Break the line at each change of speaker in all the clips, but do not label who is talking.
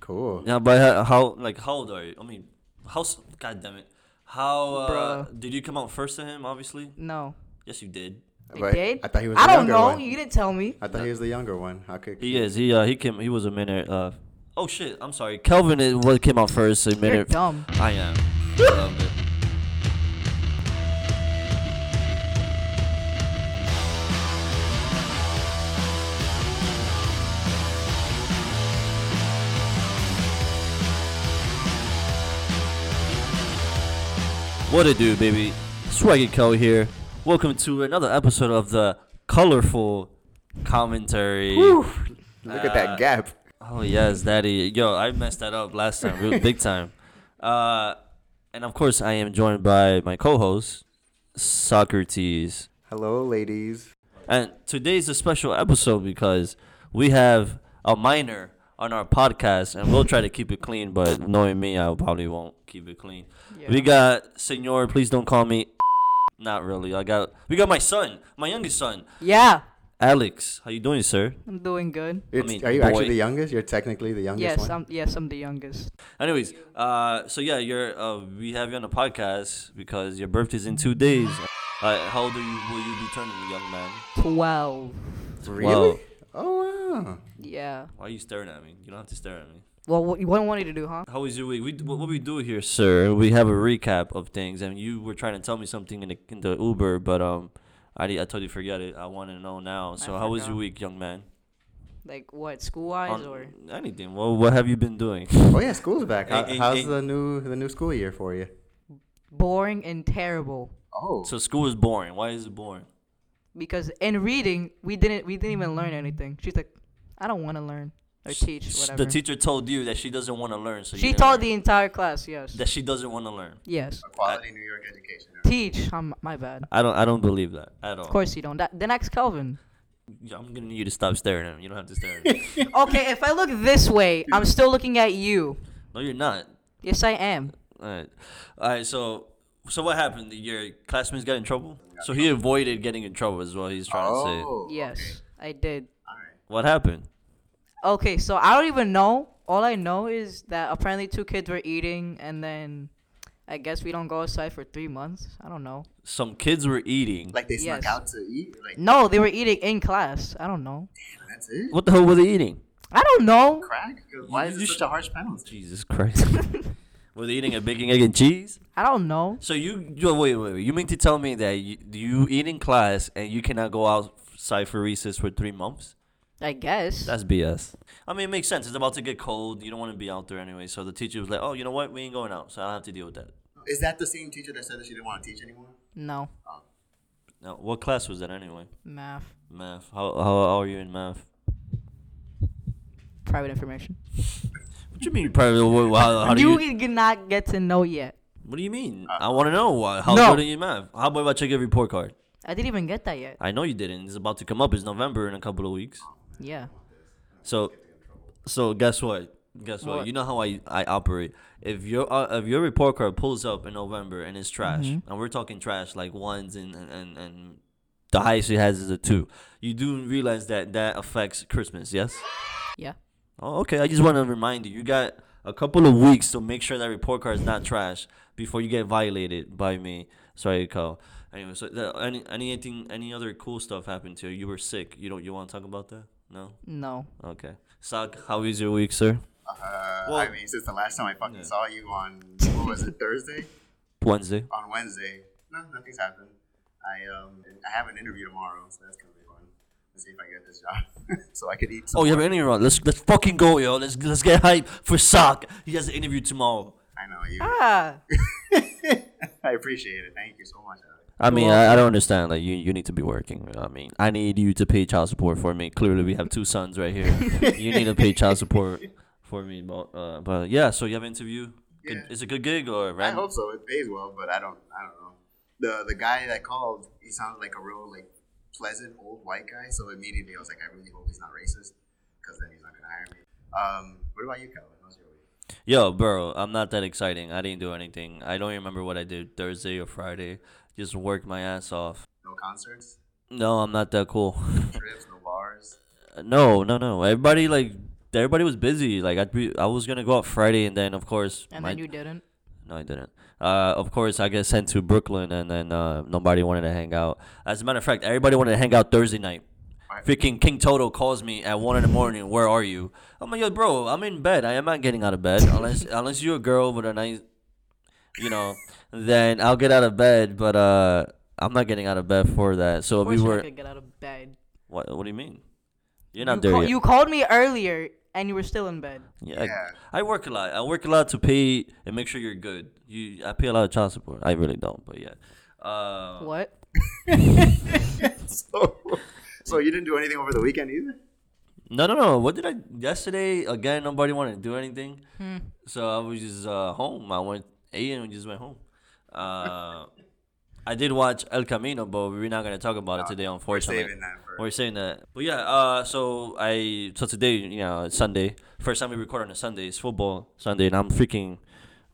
Cool.
Yeah, but how- how like how old are you? I mean, how? s- God damn it! How uh,
Bruh.
did you come out first to him? Obviously,
No.
yes, you did.
I
But
did?
I thought he was
I
the
don't
younger
know.
one.
You didn't tell me.
I thought he was the younger one. How could
He is. He uh he came. He was a minute. Uh, oh shit! I'm sorry. Kelvin is what came out first. A
You're
minute.
dumb.
I am. I love it. What it do, baby? Swaggy Co here. Welcome to another episode of the colorful commentary.
look at that gap?
Oh yes, daddy. Yo, I messed that up last time, real big time. Uh, and of course, I am joined by my co-host Socrates.
Hello, ladies.
And today's a special episode because we have a minor on our podcast, and we'll try to keep it clean. But knowing me, I probably won't keep it clean. We got Senor. Please don't call me. Not really. I got. We got my son, my youngest son,
Yeah.
Alex. How you doing, sir?
I'm doing good.
It's,
mean,
are you
boy.
actually the youngest? You're technically the youngest
Yes,
one.
I'm yes, I'm the youngest.
Anyways, uh, so yeah, you're uh, we have you on the podcast because your birthday's in two days. Uh, how old are you, will you be turning, young man?
Twelve.
really?
Wow.
Oh wow.
Yeah.
Why are you staring at me? You don't have to stare at me.
Well, what, what I wanted to do, huh?
How was your week? We what, what we do here, sir? We have a recap of things, and you were trying to tell me something in the, in the Uber, but um, I di- I totally forgot it. I want to know now. So how was your
forgot.
week, young man?
Like what, school wise
On-
or?
anything? Well, what have you been doing?
Oh yeah, school's back. How,
Hey, hey,
how's
hey.
the new the new school year for you?
Boring and terrible.
Oh.
so school is boring. Why is it boring?
Because in reading, we didn't we didn't even learn anything. She's like, I don't want to learn or teach
S-
whatever.
The teacher told you that she doesn't want to learn, so you
she
didn't
told
learn.
the entire class. Yes.
that she doesn't want to learn.
yes.
Quality New York education.
Teach. Um, my bad.
I don't. I don't believe that at all.
Of course you don't. That, then ask Kelvin.
I'm gonna need you to stop staring at me. You don't have to stare at me.
okay, if I look this way, I'm still looking at you.
no, you're not.
Yes, I am.
All right. All right. So, so what happened? Your classmates got in trouble. So he avoided getting in trouble is what He's trying
Oh.
to say.
Oh.
Yes, I did.
What happened?
Okay, so I don't even know. All I know is that apparently two kids were eating, and then I guess we don't go outside for three months. I don't know.
Some kids were eating.
Like they
snuck Yes. out
to eat. Like
No, they were eating in class. I don't know.
that's it.
What the hell were they eating?
I don't know.
Crack.
why is it You such should- a
harsh penalty?
Jesus Christ. were they eating a bacon, egg, and cheese?
I don't know.
So you, you wait, wait, wait. You mean to tell me that you, you eat in class and you cannot go outside for recess for three months?
I guess.
That's BS. I mean, it makes sense. It's about to get cold. You don't want to be out there anyway. So the teacher was like, "Oh, you know what? We ain't going out, so I don't have to deal with that."
Is that the same teacher that said that she didn't want to teach anymore?
no
Now, what class was that anyway?
math,
Math. How how, how are you in math?
private information.
What do you mean private? How, how, how do
you
you?
did not get to know yet.
What do you mean? I want to know why. How
No.
good are you in math? How about if I check your report card?
I didn't even get that yet.
I know you didn't. It's about to come up. It's November in a couple of weeks.
Yeah.
So, so guess what? Guess what?
What?
You know how I, I operate. If your uh, if your report card pulls up in November and it's trash, and we're talking trash like ones and and, and, and the highest it has is a two, you do realize that that affects Christmas, yes?
Yeah.
Oh, okay. I just want to remind you, you got a couple of weeks to make sure that report card is not trash before you get violated by me. Sorry, Kyle. Anyway, so the, any anything any other cool stuff happened to you? You were sick. You don't you want to talk about that? No.
No.
Okay. Sock, how is your week, sir?
Uh,
Well-
I mean, since the last time I fucking
Yeah.
saw you on what was it Thursday?
Wednesday.
On Wednesday, no, nothing's happened. I um, I have an interview tomorrow, so that's gonna be fun. Let's see if I get this job, so I could eat. Some
Oh, you have
more.
an interview. on- Let's let's fucking go, yo. Let's let's get hype for Sock. He has an interview tomorrow.
I know you.
Ah.
I appreciate it. Thank you so much. Alex.
I mean, I, I don't understand. Like, you, you need to be working. I mean, I need you to pay child support for me. Clearly, we have two sons right here. you need to pay child support for me. But, uh, but yeah, so you have an interview. Good,
Yeah.
It's a good gig or
I
random?
hope so. It pays well, but I don't. I don't know. The the guy that called, he sounded like a real like pleasant old white guy. So immediately I was like, I really hope he's not racist, because then he's not gonna hire me. Um, what about you, Calvin? How's your week?
Yo, bro, I'm not that exciting. I didn't do anything. I don't remember what I did Thursday or Friday. Just worked my ass off.
No concerts,
No, I'm not that cool.
trips, no bars.
No, no, no. Everybody like everybody was busy. Like I'd be, I was gonna go out Friday, and then of course,
And
my-
then you didn't.
no, I didn't. Uh, of course, I get sent to Brooklyn, and then uh, nobody wanted to hang out. As a matter of fact, everybody wanted to hang out Thursday night.
Right.
Freaking King Toto calls me at one in the morning. Where are you? I'm like, yo, bro, I'm in bed. I am not getting out of bed unless unless you're a girl with a nice, you know, then I'll get out of bed. But uh, I'm not getting out of bed for that. So
Of
we
course you're
were.
not gonna get out of bed.
What, what do you mean? You're
You,
not there
ca-
yet.
you called me earlier and you were still in bed.
Yeah, I-
Yeah.
I, work a lot. I work a lot to pay and make sure you're good. You, I pay a lot of child support. I really don't, but yeah. Uh,
What?
so, so you didn't do anything over the weekend either?
No, no, no. What did I yesterday? Again, nobody wanted to do anything.
Hmm.
So I was just uh, home. I went ate and just went home. Uh, I did watch El Camino, but we're not gonna talk about it today, unfortunately.
Oh, saving that for-
We're saying that. But yeah, uh, so I so today, you know, it's Sunday. First time we record on a Sunday is football Sunday, and I'm freaking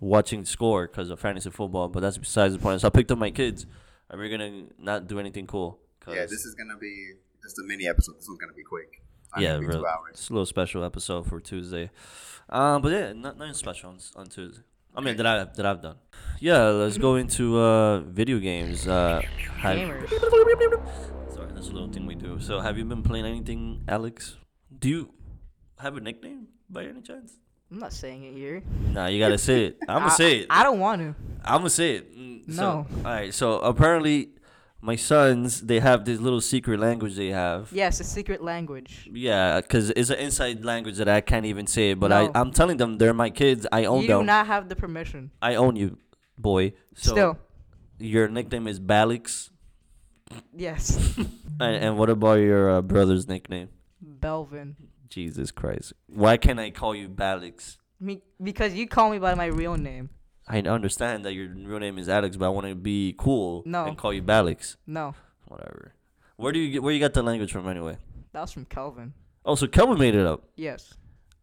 watching score because of fantasy football. But that's besides the point. So I picked up my kids, and we're gonna not do anything cool. 'cause-
Yeah, this is gonna be just a mini episode. This one's gonna be quick. It's not
yeah,
gonna be
really.
two hours.
It's a little special episode for Tuesday. Um, but yeah, not, nothing special on, on Tuesday. I mean, that I that I've done. Yeah, let's go into uh, video games. Uh, have-
Gamers.
Sorry, that's a little thing we do. So, have you been playing anything, Alex? Do you have a nickname by any chance?
I'm not saying it here.
Nah, you gotta say it. I'm gonna
I-
say it.
I don't want to.
I'm gonna say it. Mm, so-
No.
all right. So apparently, my sons they have this little secret language they have.
Yes, a secret language.
Yeah, because it's an inside language that I can't even say. But
No.
I, I'm telling them they're my kids. I own
you do
them.
not have the permission.
I own you, boy. So
Still,
your nickname is Balix.
yes,
And, and what about your uh, brother's nickname?
Belvin.
Jesus Christ. Why can't I call you Balix?
Me because you call me by my real name.
I understand that your real name is Alex, but I want to be cool
No.
and call you Balix.
No,
Whatever. Where do you get? Where you got the language from anyway?
that was from Kelvin.
Oh, so Kelvin made it up.
Yes,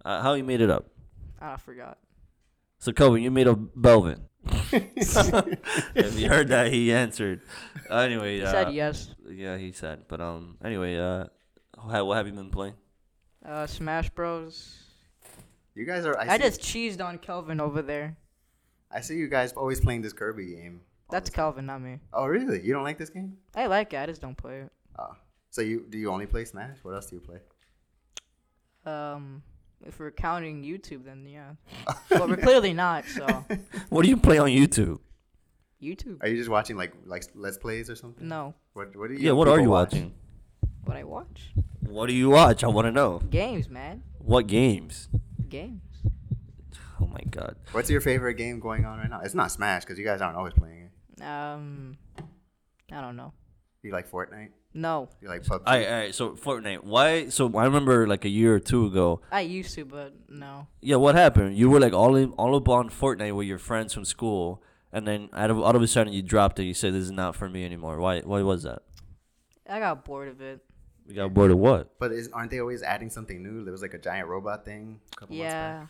Uh, how he made it up?
I forgot.
So Kelvin, you made up Belvin. if you heard that, he answered. Anyway,
He
uh,
said yes.
Yeah, he said. But um, anyway, uh, ha- what have you been playing?
Uh, Smash Bros.
You guys are. I,
I,
see,
just cheesed on Kelvin over there.
I see you guys always playing this Kirby game.
That's Kelvin, not me.
Oh, really? You don't like this game?
I like it. I just don't play it.
Oh. So you do you only play Smash? What else do you play?
Um, if we're counting YouTube, then yeah, but we're clearly not. So
What do you play on YouTube?
YouTube.
Are you just watching like like let's plays or something?
No,
What What do you?
Yeah, what are
people
you
watch?
watching?
what I watch
What do you watch? I want to know.
games, man,
What games?
games.
Oh my god.
What's your favorite game going on right now? It's not Smash because you guys aren't always playing it.
Um, I don't know.
You like Fortnite?
No,
You like PUBG?
All right, all right. So Fortnite. Why? So I remember like a year or two ago.
I used to, but no.
Yeah, what happened? You were like all in, all up on Fortnite with your friends from school, and then out of all of a sudden you dropped it. You said this is not for me anymore. Why? Why was that?
I got bored of it.
We got bored of what?
But is, aren't they always adding something new? There was like a giant robot thing. A couple months back.
Yeah.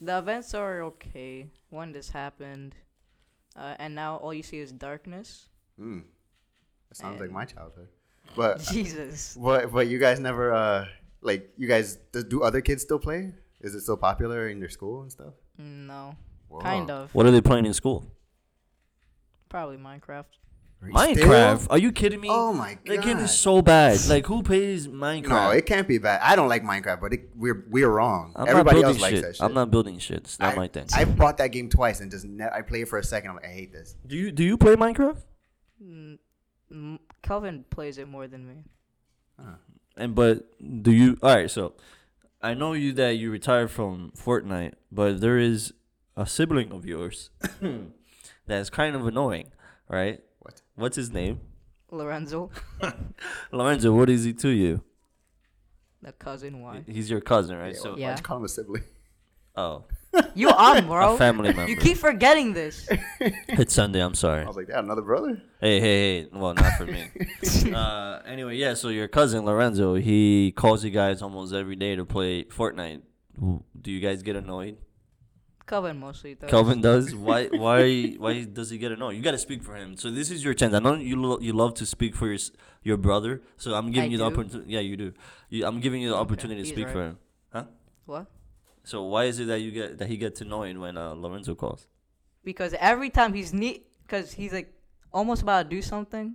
The events are okay. One just happened. Uh, and now all you see is darkness.
Mm. That sounds like my childhood. But
Jesus.
but but you guys never uh like you guys do- do other kids still play? Is it still popular in your school and stuff?
No.
Whoa.
Kind of.
What are they playing in school?
Probably Minecraft.
Minecraft? Are you kidding me?
Oh my
That game
God.
is so bad. Like who plays Minecraft?
No, it can't be bad. I don't like Minecraft, but it, we're we're wrong.
I'm
Everybody
not building
else likes
shit.
that shit.
I'm not building shit. It's not
I,
my thing.
I bought that game twice and just ne- I played for a second. I'm like, I hate this.
do you do you play Minecraft?
Mm, mm, Kelvin plays it more than me.
And but do you? All right. So I know you that you retired from Fortnite, but there is a sibling of yours that's kind of annoying, right?
What?
What's his name?
Lorenzo,
Lorenzo. What is he to you?
the cousin one.
He's your cousin, right?
Yeah,
so
Why'd
Yeah.
you call him a sibling?
oh,
You are, bro.
a family member.
You keep forgetting this.
it's Sunday. I'm sorry.
I was like, yeah, another brother.
Hey, hey, hey. Well, not for me. uh, anyway, yeah, so your cousin Lorenzo, he calls you guys almost every day to play Fortnite. W- Do you guys get annoyed?
Kelvin mostly does.
Kelvin does. Why why why does he get annoyed? You got to speak for him. So this is your chance. I know you lo- you love to speak for your s- your brother. So I'm giving
I
you the
do?
opportunity. Yeah, you do. You, I'm giving you the opportunity to
he's
speak
right.
for him. Huh?
What?
So why is it that you get that he gets annoyed when uh, Lorenzo calls?
Because every time he's neat, because he's like almost about to do something,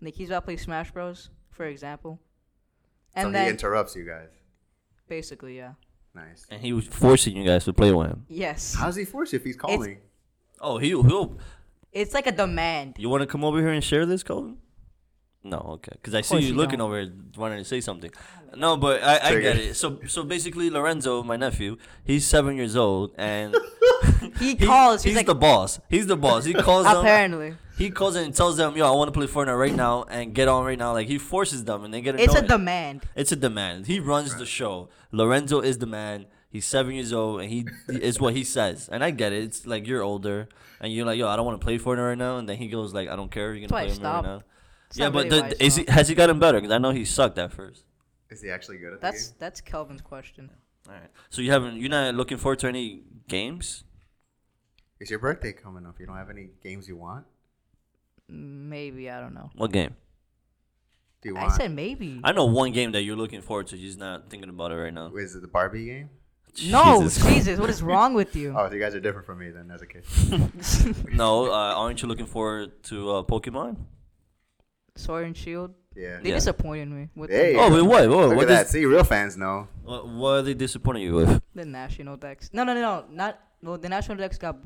like he's about to play Smash Bros, for example, and
so he
then
interrupts you guys.
basically, yeah,
Nice.
And he was forcing you guys to play with him.
yes,
How's he force you if he's calling?
Oh, he he'll.
it's like a demand.
You want to come over here and share this, Colton? No, okay. Because I see
course
you
you
looking
don't.
over here, wanting to say something. No, but I, I get
Triggered.
it. So so basically, Lorenzo, my nephew, he's seven years old, and
He calls.
He's,
He's, like
the boss. He's the boss. He calls them.
apparently,
He calls and tells them, "Yo, I want to play Fortnite right now and get on right now." Like he forces them, and they get annoyed.
it's a demand.
It's a demand. He runs the show. Lorenzo is the man. He's seven years old, and he is what he says. And I get it. It's like you're older, and you're like, "Yo, I don't want to play Fortnite right now." And then he goes like, "I don't care. You're gonna
That's why
play
I
me right
stopped.
now."
It's
yeah,
not
but
really
the-
why I
is he
stopped.
has he gotten better? Because I know he sucked at first.
Is he actually good at that?
That's that's Kelvin's question.
All right. So you haven't. You're not looking forward to any games.
Is your birthday coming up? You don't have any games you want?
Maybe I don't know.
What game?
Do you
I
want?
said maybe.
I know one game that you're looking forward to. You're just not thinking about it right now.
Is it the Barbie game?
no,
Jesus.
Jesus. what is wrong with you?
Oh, so you guys are different from me then as a kid.
no, uh, aren't you looking forward to uh, Pokemon?
Sword and Shield.
Yeah.
They
Yeah.
disappointed me with the-
Hey.
Oh, wait, what? What,
Look
what,
at that.
is,
See, real fans know.
what, what are they disappointing you with?
the national decks. No, no, no, no. Not well. The national decks got.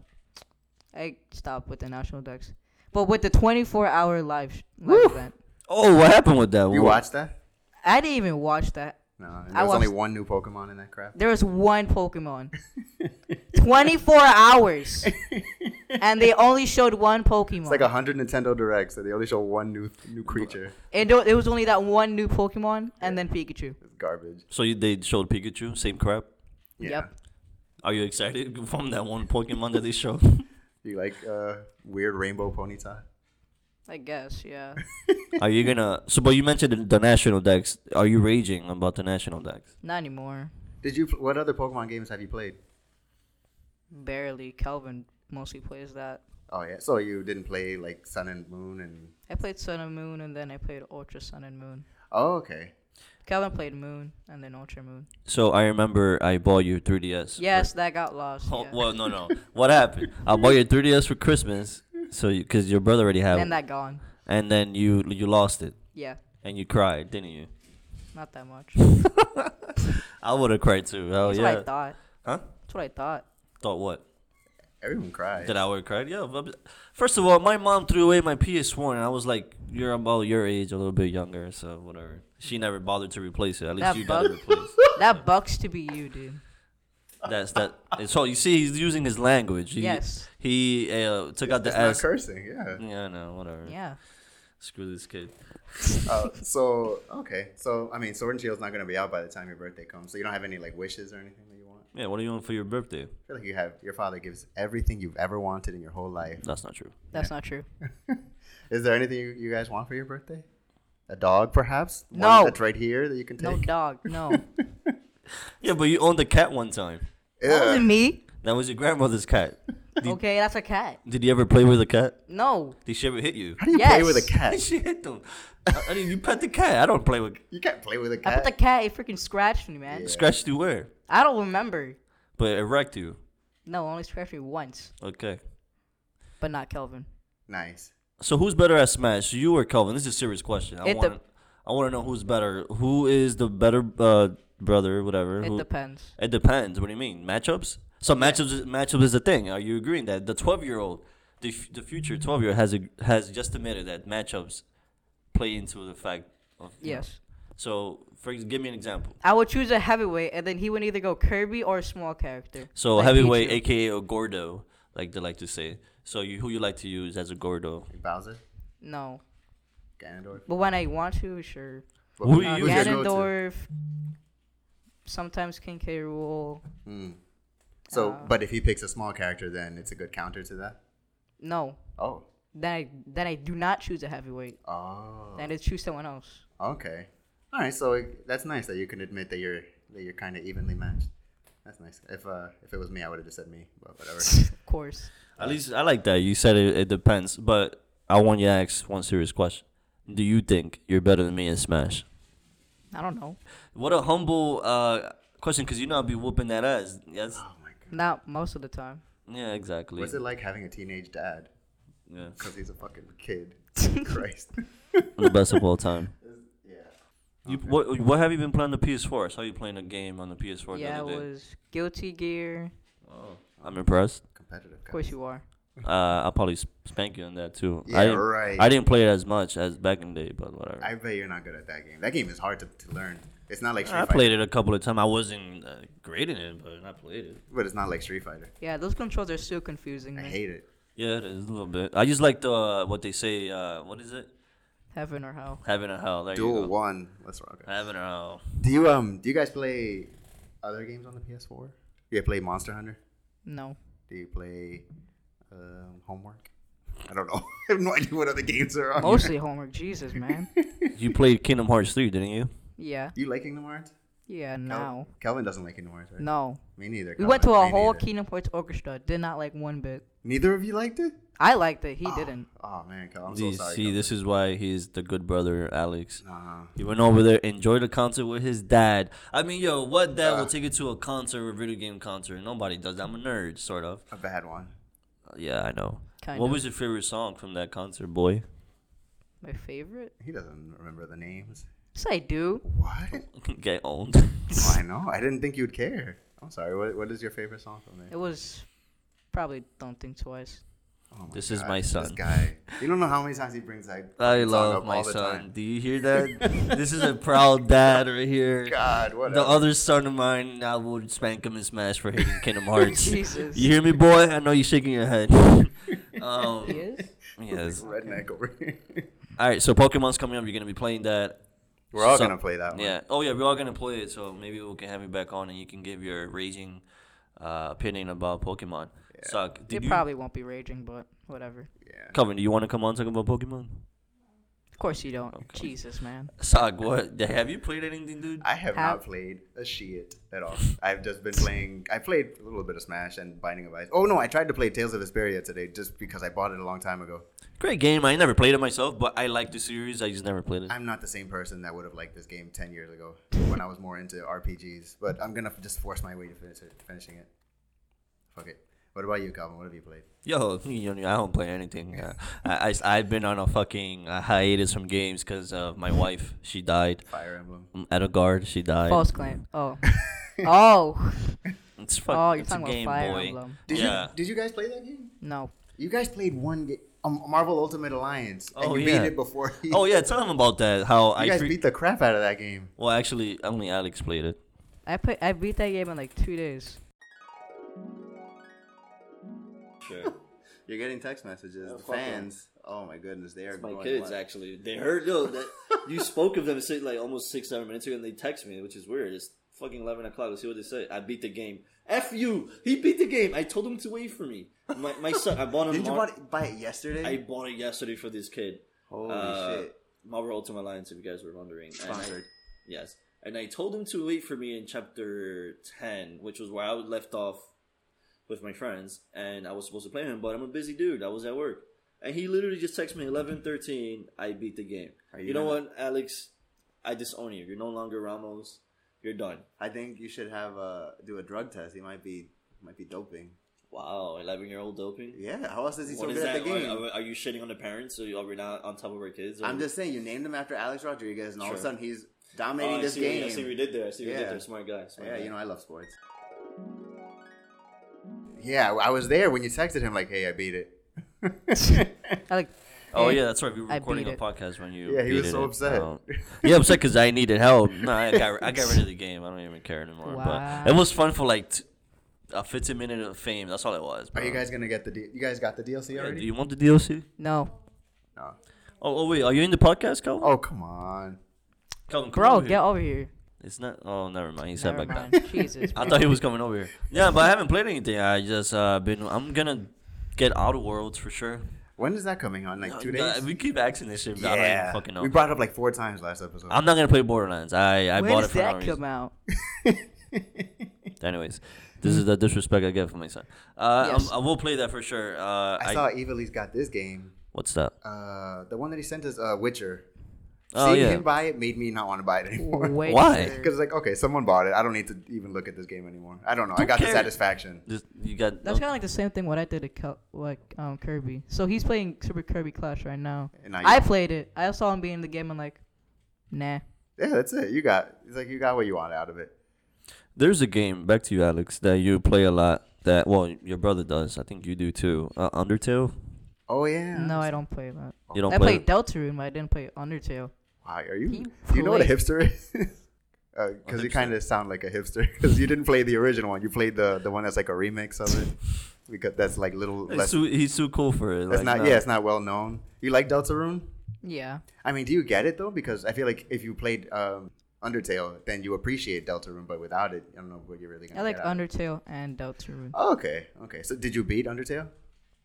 I stopped with the national decks, but with the 24-hour live, sh- live event,
Oh, what happened with that?
You
What-
watched that?
I didn't even watch that.
No.
I
There was only
watched-
one new Pokemon in that crap.
There was one Pokemon. 24 hours, and they only showed one Pokemon.
It's like a hundred Nintendo Directs, so they only show one new new creature.
it, do- it was only that one new Pokemon, and then Pikachu.
It's garbage.
So you, they showed Pikachu, same crap.
Yeah.
Yep.
Are you excited from that one Pokemon that they showed?
You like uh, weird rainbow ponyta?
I guess, yeah.
Are you gonna? So, but you mentioned the, the national decks. Are you raging about the national decks?
Not anymore.
Did you? What other Pokemon games have you played?
Barely. Calvin mostly plays that.
Oh yeah. So you didn't play like Sun and Moon and
I played Sun and Moon, and then I played Ultra Sun and Moon.
oh okay.
Calvin played Moon, and then Ultra Moon.
So I remember I bought you 3ds.
Yes, that got lost.
Oh,
yeah.
Well, no, no. what happened? I bought you 3ds for Christmas, so because your brother already had
and
one,
that gone.
and then you you lost it
Yeah,
and you cried, didn't you?
not that much.
I would have cried too. Hell
That's
yeah.
what I thought.
Huh?
That's what I thought.
Thought what?
Everyone cried.
That I would have cried. Yeah. but- First of all, my mom threw away my PS4, and I was like, "You're about your age, a little bit younger, so whatever." She never bothered to replace it. At least
That
you got it
bug-
replaced.
That bucks to be you, dude.
That's that. and So you see, he's using his language. He,
Yes.
He uh, took out the
It's not
S.
cursing. Yeah.
Yeah, I know. Whatever.
Yeah.
Screw this kid.
Uh, so okay. So I mean, Sword and Shield's not gonna be out by the time your birthday comes. So you don't have any like wishes or anything that you want.
Yeah. What do you want for your birthday?
I feel like you have. Your father gives everything you've ever wanted in your whole life.
That's not true.
That's not true.
Is there anything you, you guys want for your birthday? A dog, perhaps? One
No.
that's right here that you can
No
take.
dog. No. That
Yeah, but you owned a cat one time.
Ugh.
wasn't me.
That was your grandmother's cat.
Okay, that's a cat.
Did you ever play with a cat?
No.
Did she ever hit you?
How do you play with a
Yes.
cat?
she hit them. I, I mean, you pet the cat. I don't play with.
You can't play with a
I put
cat.
the cat. It freaking scratched me, man.
Yeah.
Scratched you where?
I don't remember.
But it wrecked you.
No, it only scratched me once,
Okay.
but not Kelvin.
nice.
So who's better at Smash, you or Kelvin? This is a serious question. I
It
want I want to know who's better. Who is the better uh, brother? Whatever.
It
Who-
depends.
it depends. What do you mean? Matchups. So matchups matchup is the thing. Are you agreeing that the twelve year old, the, f- the future twelve year old has a, has just admitted that matchups play into the fact of you know.
Yes.
So for ex- give me an example.
I would choose a heavyweight, and then he would either go Kirby or a small character.
So
like
heavyweight,
Pichu.
aka a Gordo, like they like to say. So you who you like to use as a Gordo?
Bowser,
No.
Ganondorf.
But when I want to, sure.
Who
Who-
you
Uh,
use?
your go-to?
Ganondorf. Sometimes King K. Rule.
Hmm. So,
Uh,
but if he picks a small character, then it's a good counter to that.
No.
Oh.
Then I then I do not choose a heavyweight.
Oh.
Then I choose someone else.
Okay. All right. So it- that's nice that you can admit that you're that you're kind of evenly matched. That's nice. If uh if it was me, I would have just said me, but whatever.
Of course.
At least I like that you said it. It depends, but I want you to ask one serious question. Do you think you're better than me in Smash?
I don't know.
What a humble uh, question because you know I'll be whooping that ass. Yes.
Oh my god.
Not most of the time.
Yeah, exactly.
What's it like having a teenage dad?
Yeah.
Because he's a fucking kid. Christ.
the best of all time.
yeah.
You, what what have you been playing the PS4? I saw you playing a game on the PS4
yeah,
the
it
other day.
was Guilty Gear.
Oh, I'm impressed.
Competitive.
Of course you are.
Uh, I'll probably s- spank you on that too.
Yeah,
I didn't,
right.
I didn't play it as much as back in the day, but whatever.
I bet you're not good at that game. That game is hard to, to learn. It's not like Street
I
Fighter,
played it a couple of times. I wasn't uh, great in it, but I played it.
but it's not like Street Fighter.
Yeah, those controls are still confusing
I
me.
hate it.
Yeah, it is a little bit. I just like the uh, what they say. Uh, what is it?
Heaven or hell.
Heaven or hell. There you
Duel
go.
one. Let's rock it.
Heaven or hell.
Do you um do you guys play other games on the PS4? Do you play Monster Hunter?
No.
Do you play um, homework? I don't know. I have no idea what other games are on.
Mostly homework. Jesus, man.
You played Kingdom Hearts three, didn't you?
Yeah.
You like Kingdom Hearts?
Yeah,
Kel-
no.
Kelvin doesn't like Kingdom Hearts, right?
No.
Me neither.
We went to
Kelvin. Me
a whole
neither.
Kingdom Hearts orchestra. Did not like one bit.
Neither of you liked it?
I liked it. He didn't.
Oh man, Kelvin, I'm
See,
so sorry.
see, this is why he's the good brother, Alex.
Nah.
He went over there, enjoyed the concert with his dad. I mean, yo, what dad will take you to a concert, a video game concert? Nobody does that. I'm a nerd, sort of.
a bad one.
Uh, Yeah, I know.
Kind
what
of.
was your favorite song from that concert, boy?
My favorite?
He doesn't remember the names.
Yes, I do.
What?
Get owned.
Oh, I know. I didn't think you'd care. I'm sorry. What, what is your favorite song from
It
there?
was probably Don't Think Twice.
Oh my
This is my son.
This guy. You don't know how many times he brings that
I
song
love
up
my
all the
son.
time.
Do you hear that? this is a proud dad right here.
God, what
The other son of mine, I would spank him and smash for hating Kingdom Hearts.
Jesus.
You hear me, boy? I know you're shaking your head. um,
He is?
yes.
redneck over here.
All right, so Pokemon's coming up. You're going to be playing that.
We're all
So-
gonna play that one.
Yeah. Oh, yeah, we're all going to play it, so maybe we can have you back on and you can give your raging uh, opinion about Pokemon. Suck.
It probably won't be raging, but whatever.
Yeah.
Calvin, do you want to come on and talk about Pokemon?
Of course you don't. Jesus, man.
Sog, what? Have you played anything, dude?
I have
Have-
not played a shit at all. I've just been playing. I played a little bit of Smash and Binding of Ice. Oh no, I tried to play Tales of Vesperia today just because I bought it a long time ago.
Great game. I never played it myself, but I like the series. I just never played it.
I'm not the same person that would have liked this game ten years ago when I was more into RPGs. But I'm gonna just force my way to finish it, finishing it. Fuck it. What about you, Calvin? What have you played?
Yo, you know, I don't play anything. Uh, I, I, I've been on a fucking uh, hiatus from games because of my wife. She died. Mm,
Fire Emblem.
At a guard, she died.
False claim. Oh. oh.
It's fuck,
Oh, you're
it's a
talking about
game,
Fire
boy.
Emblem.
Did
yeah.
you Did you guys play that game?
No.
You guys played one game, um, Marvel Ultimate Alliance, and
Oh,
you
yeah.
beat it before. He,
Oh yeah, tell them about that. How
you
I
guys
fre-
beat the crap out of that game.
well, actually, only Alex played it.
I play, I beat that game in like two days.
Sure.
You're getting text messages. the
fuck yeah.
fans. Oh my goodness, they are
my
going
kids
wild.
actually they heard yo that you spoke of them si- like almost six seven minutes ago and they text me which is weird it's fucking 11 o'clock let's see what they say i beat the game f you he beat the game i told him to wait for me my, my son i bought him
Didn't you buy it, buy it yesterday?
i bought it yesterday for this kid
Holy
Uh,
shit!
marvel ultimate alliance if you guys were wondering And I-
Sponsored.
yes and i told him to wait for me in chapter 10 which was where i left off with my friends and i was supposed to play him but i'm a busy dude i was at work and he literally just texted me 11 13 i beat the game
Are
you,
you
know
gonna-
what alex i disown you you're no longer ramos you're done
I think you should have uh, do a drug test. He might be might be doping.
wow 11 year old doping
Yeah. How else is he so
What
good
is
at the
that?
game?
Are, are you shitting on the parents? So you- are we not on top of our kids?
I'm just saying. You named him after Alex Rodriguez, and all of a
Sure.
sudden he's
Oh,
dominating
I
this
see what- I see what you
game.
did there. I see what you
Yeah.
did there. Smart guy. Smart
Yeah.
guy.
You know I love sports. Yeah, I was there when you texted him like, "Hey, I beat it."
I like. eh,
Oh
Hey,
yeah, that's right. We were
I
recording
beat
a
it.
podcast when you.
Yeah, he
beat
was so
it.
upset.
Um, yeah, upset because I needed help. No, I got I got rid of the game. I don't even care anymore.
Wow.
But it was fun for like t- a 15 minute of fame. That's all it was.
Are
bro.
you guys gonna get the? D- you guys got the DLC
Yeah,
already?
do you want the DLC?
No.
no.
Oh, oh wait, are you in the podcast, Calvin?
Oh come on.
Calvin, come
Bro,
over here.
get over here.
It's not. Oh, never mind. He sat
Never
back down.
mind. Jesus.
I thought he was coming over here. Yeah, but I haven't played anything. I just uh, been. I'm gonna get Outer Worlds for sure.
When is that coming on? Like two days.
Uh, We keep asking this shit. but I don't even fucking know.
We brought it up like four times last episode.
I'm not gonna play Borderlands. I I
When
bought
does
it for no
that
reason.
come out?
Anyways, this is the disrespect I get from my son. Uh,
Hmm. Yes.
I'm- I will play that for sure. Uh,
I,
I
saw Evily's got this game.
what's that?
Uh, the one that he sent us, uh, Witcher.
Oh,
Seeing
yeah.
him buy it made me not want to buy it anymore.
Wait
Why?
for-
Because like, okay, someone bought it. I don't need to even look at this game anymore. I don't know. I
Who
got the
cares?
satisfaction.
Just, you got
That's kind of like the same thing what I did at Kel- like um Kirby. So he's playing Super Kirby Clash right now.
And now you-
I played it. I saw him being in the game and like, nah.
Yeah, that's it. You got. It's like you got what you want out of it.
There's a game back to you, Alex, that you play a lot. That well, your brother does. I think you do too. Uh, Undertale.
Oh yeah.
No, I don't play that.
You don't
I
play.
played Deltarune, but I didn't play Undertale.
Wow, are you?
He
Do you know what a
played-
hipster is? Because you kind of sound like a hipster. Because you didn't play the original one. You played the the one that's like a remix of it. Because that's like little.
he's,
Less,
too, he's too cool for it.
that's
like,
not.
nah.
Yeah, it's not well known. You like Deltarune?
Yeah.
I mean, do you get it though? Because I feel like if you played um, Undertale, then you appreciate Deltarune. But without it, I don't know what you're really gonna.
I like
get out of it.
Undertale and Deltarune.
Oh, okay. Okay. So did you beat Undertale?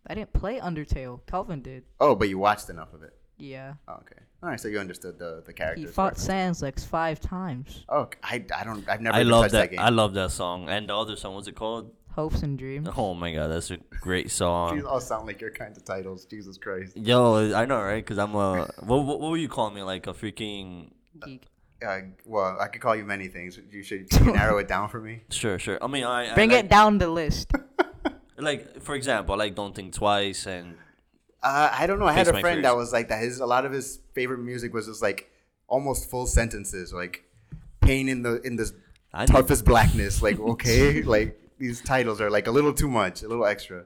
I didn't play Undertale. Calvin did.
Oh, but you watched enough of it.
Yeah.
Oh, okay. All right. So you understood the the
He
characters.
fought
better.
Sans like five times.
Oh, I, I don't. I've never
I
even
love
touched
that.
that, game.
I love that song and the other song. What's it called?
Hopes and dreams.
Oh my god, that's a great
These
song.
all sound like your kinds of titles. Jesus Christ.
Yo, I know, right? Because I'm a what, what? What were you calling me? Like a freaking
Geek.
Uh, well, I could call you many things. You should you narrow it down for me.
sure, sure. I mean, I I
Bring
like,
it down the list.
Like for example, I like don't think twice and
Uh, I don't know. I had
Fix
a
my
friend
fears.
that was like that. His a lot of his favorite music was just like almost full sentences, like pain in the in this
I did-
toughest blackness. Like okay, like these titles are like a little too much, a little extra.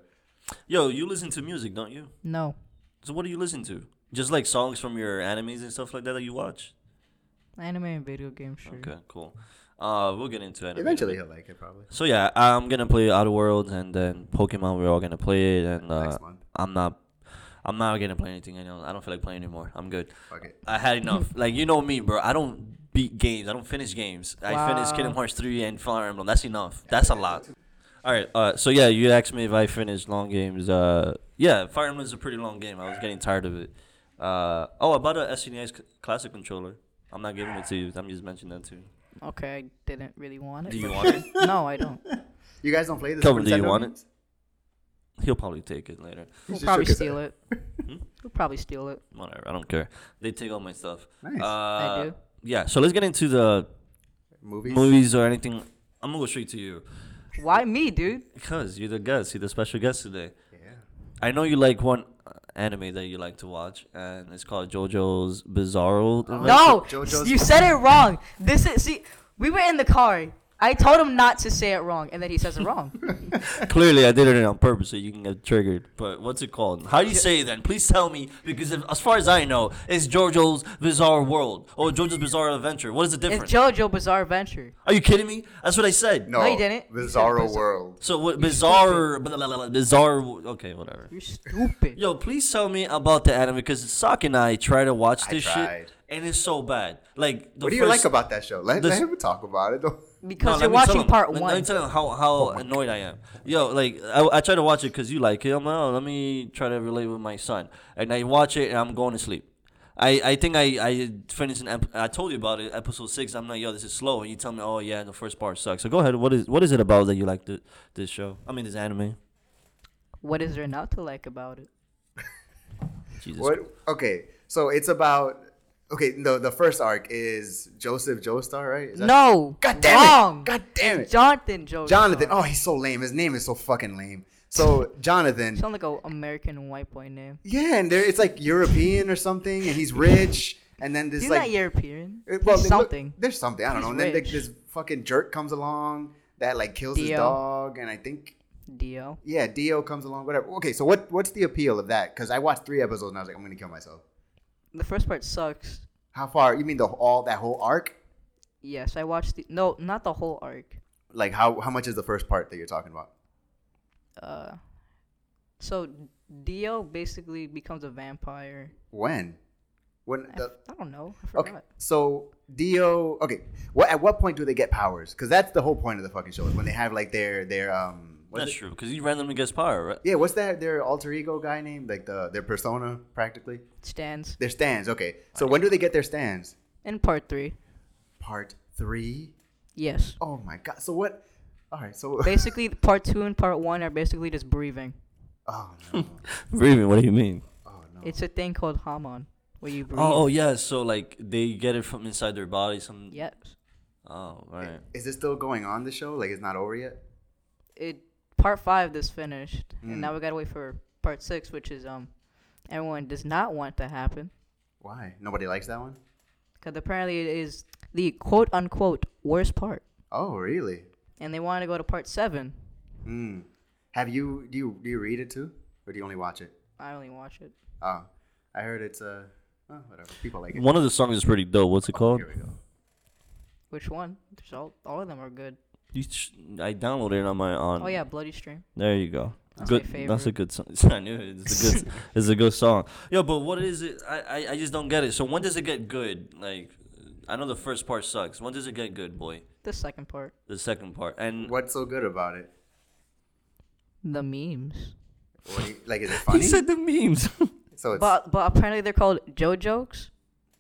yo, you listen to music, don't you?
No.
So what do you listen to? Just like songs from your animes and stuff like that that you watch.
Anime and video games, sure.
Okay, cool. Uh, we'll get into anime.
Mm-hmm. Eventually, he'll like it probably.
So yeah, I'm gonna play Outer Worlds and then Pokemon. We're all gonna play it, and uh,
Next month.
I'm not. I'm not gonna play anything. I know. I don't feel like playing anymore. I'm good.
Fuck it.
I had enough. like you know me, bro. I don't beat games. I don't finish games. I finished Kingdom
Wow.
Hearts three and Fire Emblem. That's enough. That's a lot. All right. Uh, so yeah, you asked me if I finished long games. Uh, yeah, Fire Emblem is a pretty long game. I was getting tired of it. Uh, oh, about a SNES c- classic controller. I'm not giving it to you. I'm just mentioning that too.
Okay, I didn't really want it.
Do you want it?
no, I don't.
You guys don't play this.
Cover, do
Super
you
Nintendo
want it?
games?
He'll probably take it later.
You
We'll
just
probably
shook his
steal it.
Hmm?
We'll probably steal it.
Whatever. I don't care. They take all my stuff.
Nice.
Uh,
I do.
Yeah. So let's get into the
Movies.
movies or anything. I'm gonna go straight to you
Why me, dude?
because you're the guest. You're the special guest today.
Yeah.
I know you like one uh, anime that you like to watch, and it's called JoJo's Bizarro. Adventure.
Uh-huh.
No,
JoJo's-
you said it wrong. This is see, we were in the car. I told him not to say it wrong, and then he says it wrong.
Clearly, I did it on purpose so you can get triggered. But what's it called? How do you say it then? Please tell me because if, as far as I know, it's JoJo's Bizarre World or JoJo's Bizarre Adventure. What is the
it's
difference?
JoJo Bizarre Adventure.
Are you kidding me? That's what I said.
No,
you didn't. You said
Bizarro
Bizar-
World.
So what? Bizarre, blah, blah, blah, blah, bizarre. Okay, whatever.
You're stupid.
Yo, please tell me about the anime because Sock and I try to watch
I
this
tried.
shit and it's so bad. Like, the
What do you like
first-
about that show? Let,
This-
let him talk about it. Don't-
No, let
because you're
me tell
watching
him.
part
Let-
one. Oh,
Let me tell him how, how annoyed I am. Yo, like I, I try to watch it because you like it. I'm like, oh, let me try to relate with my son, and I watch it and I'm going to sleep. I, I think I, I finished an ep- I told you about it episode six. I'm like yo this is slow and you tell me oh yeah the first part sucks. So go ahead. What is what is it about that you like the, this show? I mean this anime.
what is there not to like about it?
Jesus.
What? Okay, so it's about. Okay, no, the first arc is Joseph Joestar, right? Is that-
No,
God damn
wrong.
it! God damn it!
Jonathan JoJo.
Jonathan. Oh, he's so lame. His name is so fucking lame. So Jonathan.
sound like a American white boy name.
Yeah, and there it's like European or something, and he's rich. And then this
He's
like
not European.
it-
He's
well, they look-
something.
there's something I don't
He's
know. And then like,
rich.
this fucking jerk comes along that like kills his
Dio.
dog, and I think
Dio.
yeah, Dio comes along. Whatever. Okay, so what what's the appeal of that? Because I watched three episodes and I was like, I'm gonna kill myself.
The first part sucks.
How far? You mean the all that whole arc?
Yes, I watched the no, not the whole arc.
like how how much is the first part that you're talking about?
Uh, so Dio basically becomes a vampire.
When? When
I,
the,
I don't know. I forgot.
okay. So Dio. Okay. What at what point do they get powers? Because that's the whole point of the fucking show is when they have like their their um. what's
That's
it?
true because you randomly gets power right.
Yeah. What's that? Their alter ego guy named like the their persona practically.
Stands
Their stands. Okay. So when do they get their stands?
in part three.
Part three.
Yes.
Oh my god. So what? All right. So.
Basically, part two and part one are basically just breathing.
Oh no.
Raven, what do you mean?
Oh no.
It's a thing called Hamon. What you breathe.
Oh, oh yeah. So like they get it from inside their body. Some.
Yes.
Oh right.
Is this still going on the show? Like it's not over yet?
It part five is finished, and now we gotta wait for part six, which is um, everyone does not want to happen
Why? Nobody likes that one?
because apparently it is the quote unquote worst part,
Oh, really?
and they wanted to go to part seven.
Hmm. Have you do you do you read it too? Or do you only watch it?
I only watch it.
Oh. I heard it's uh oh, whatever. People like it.
One of the songs is pretty dope. What's it called?
Here we go.
Which one? There's all all of them are good.
You sh- I downloaded it on my on.
Oh yeah, Bloody Stream.
There you go.
That's my
good. that's a good song. I knew it. It's a good. it's a good song. Yo, but what is it? I, I I just don't get it. So when does it get good? Like, I know the first part sucks. When does it get good, boy?
The second part.
The second part and
What's so good about it?
The memes.
What do you, like is it funny?
he said the memes.
so it's
But but apparently they're called Joe jokes.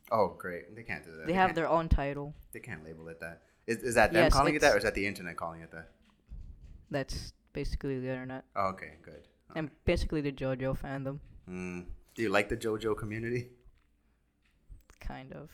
Oh, great. They can't do that.
They have
can't-
their own title.
They can't label it that. Is, is that them
Yes,
calling it
it's-
that, or is that the internet calling it that?
That's basically the internet
Oh, okay, good.
and basically the JoJo fandom,
Mm. Do you like the JoJo community?
kind of.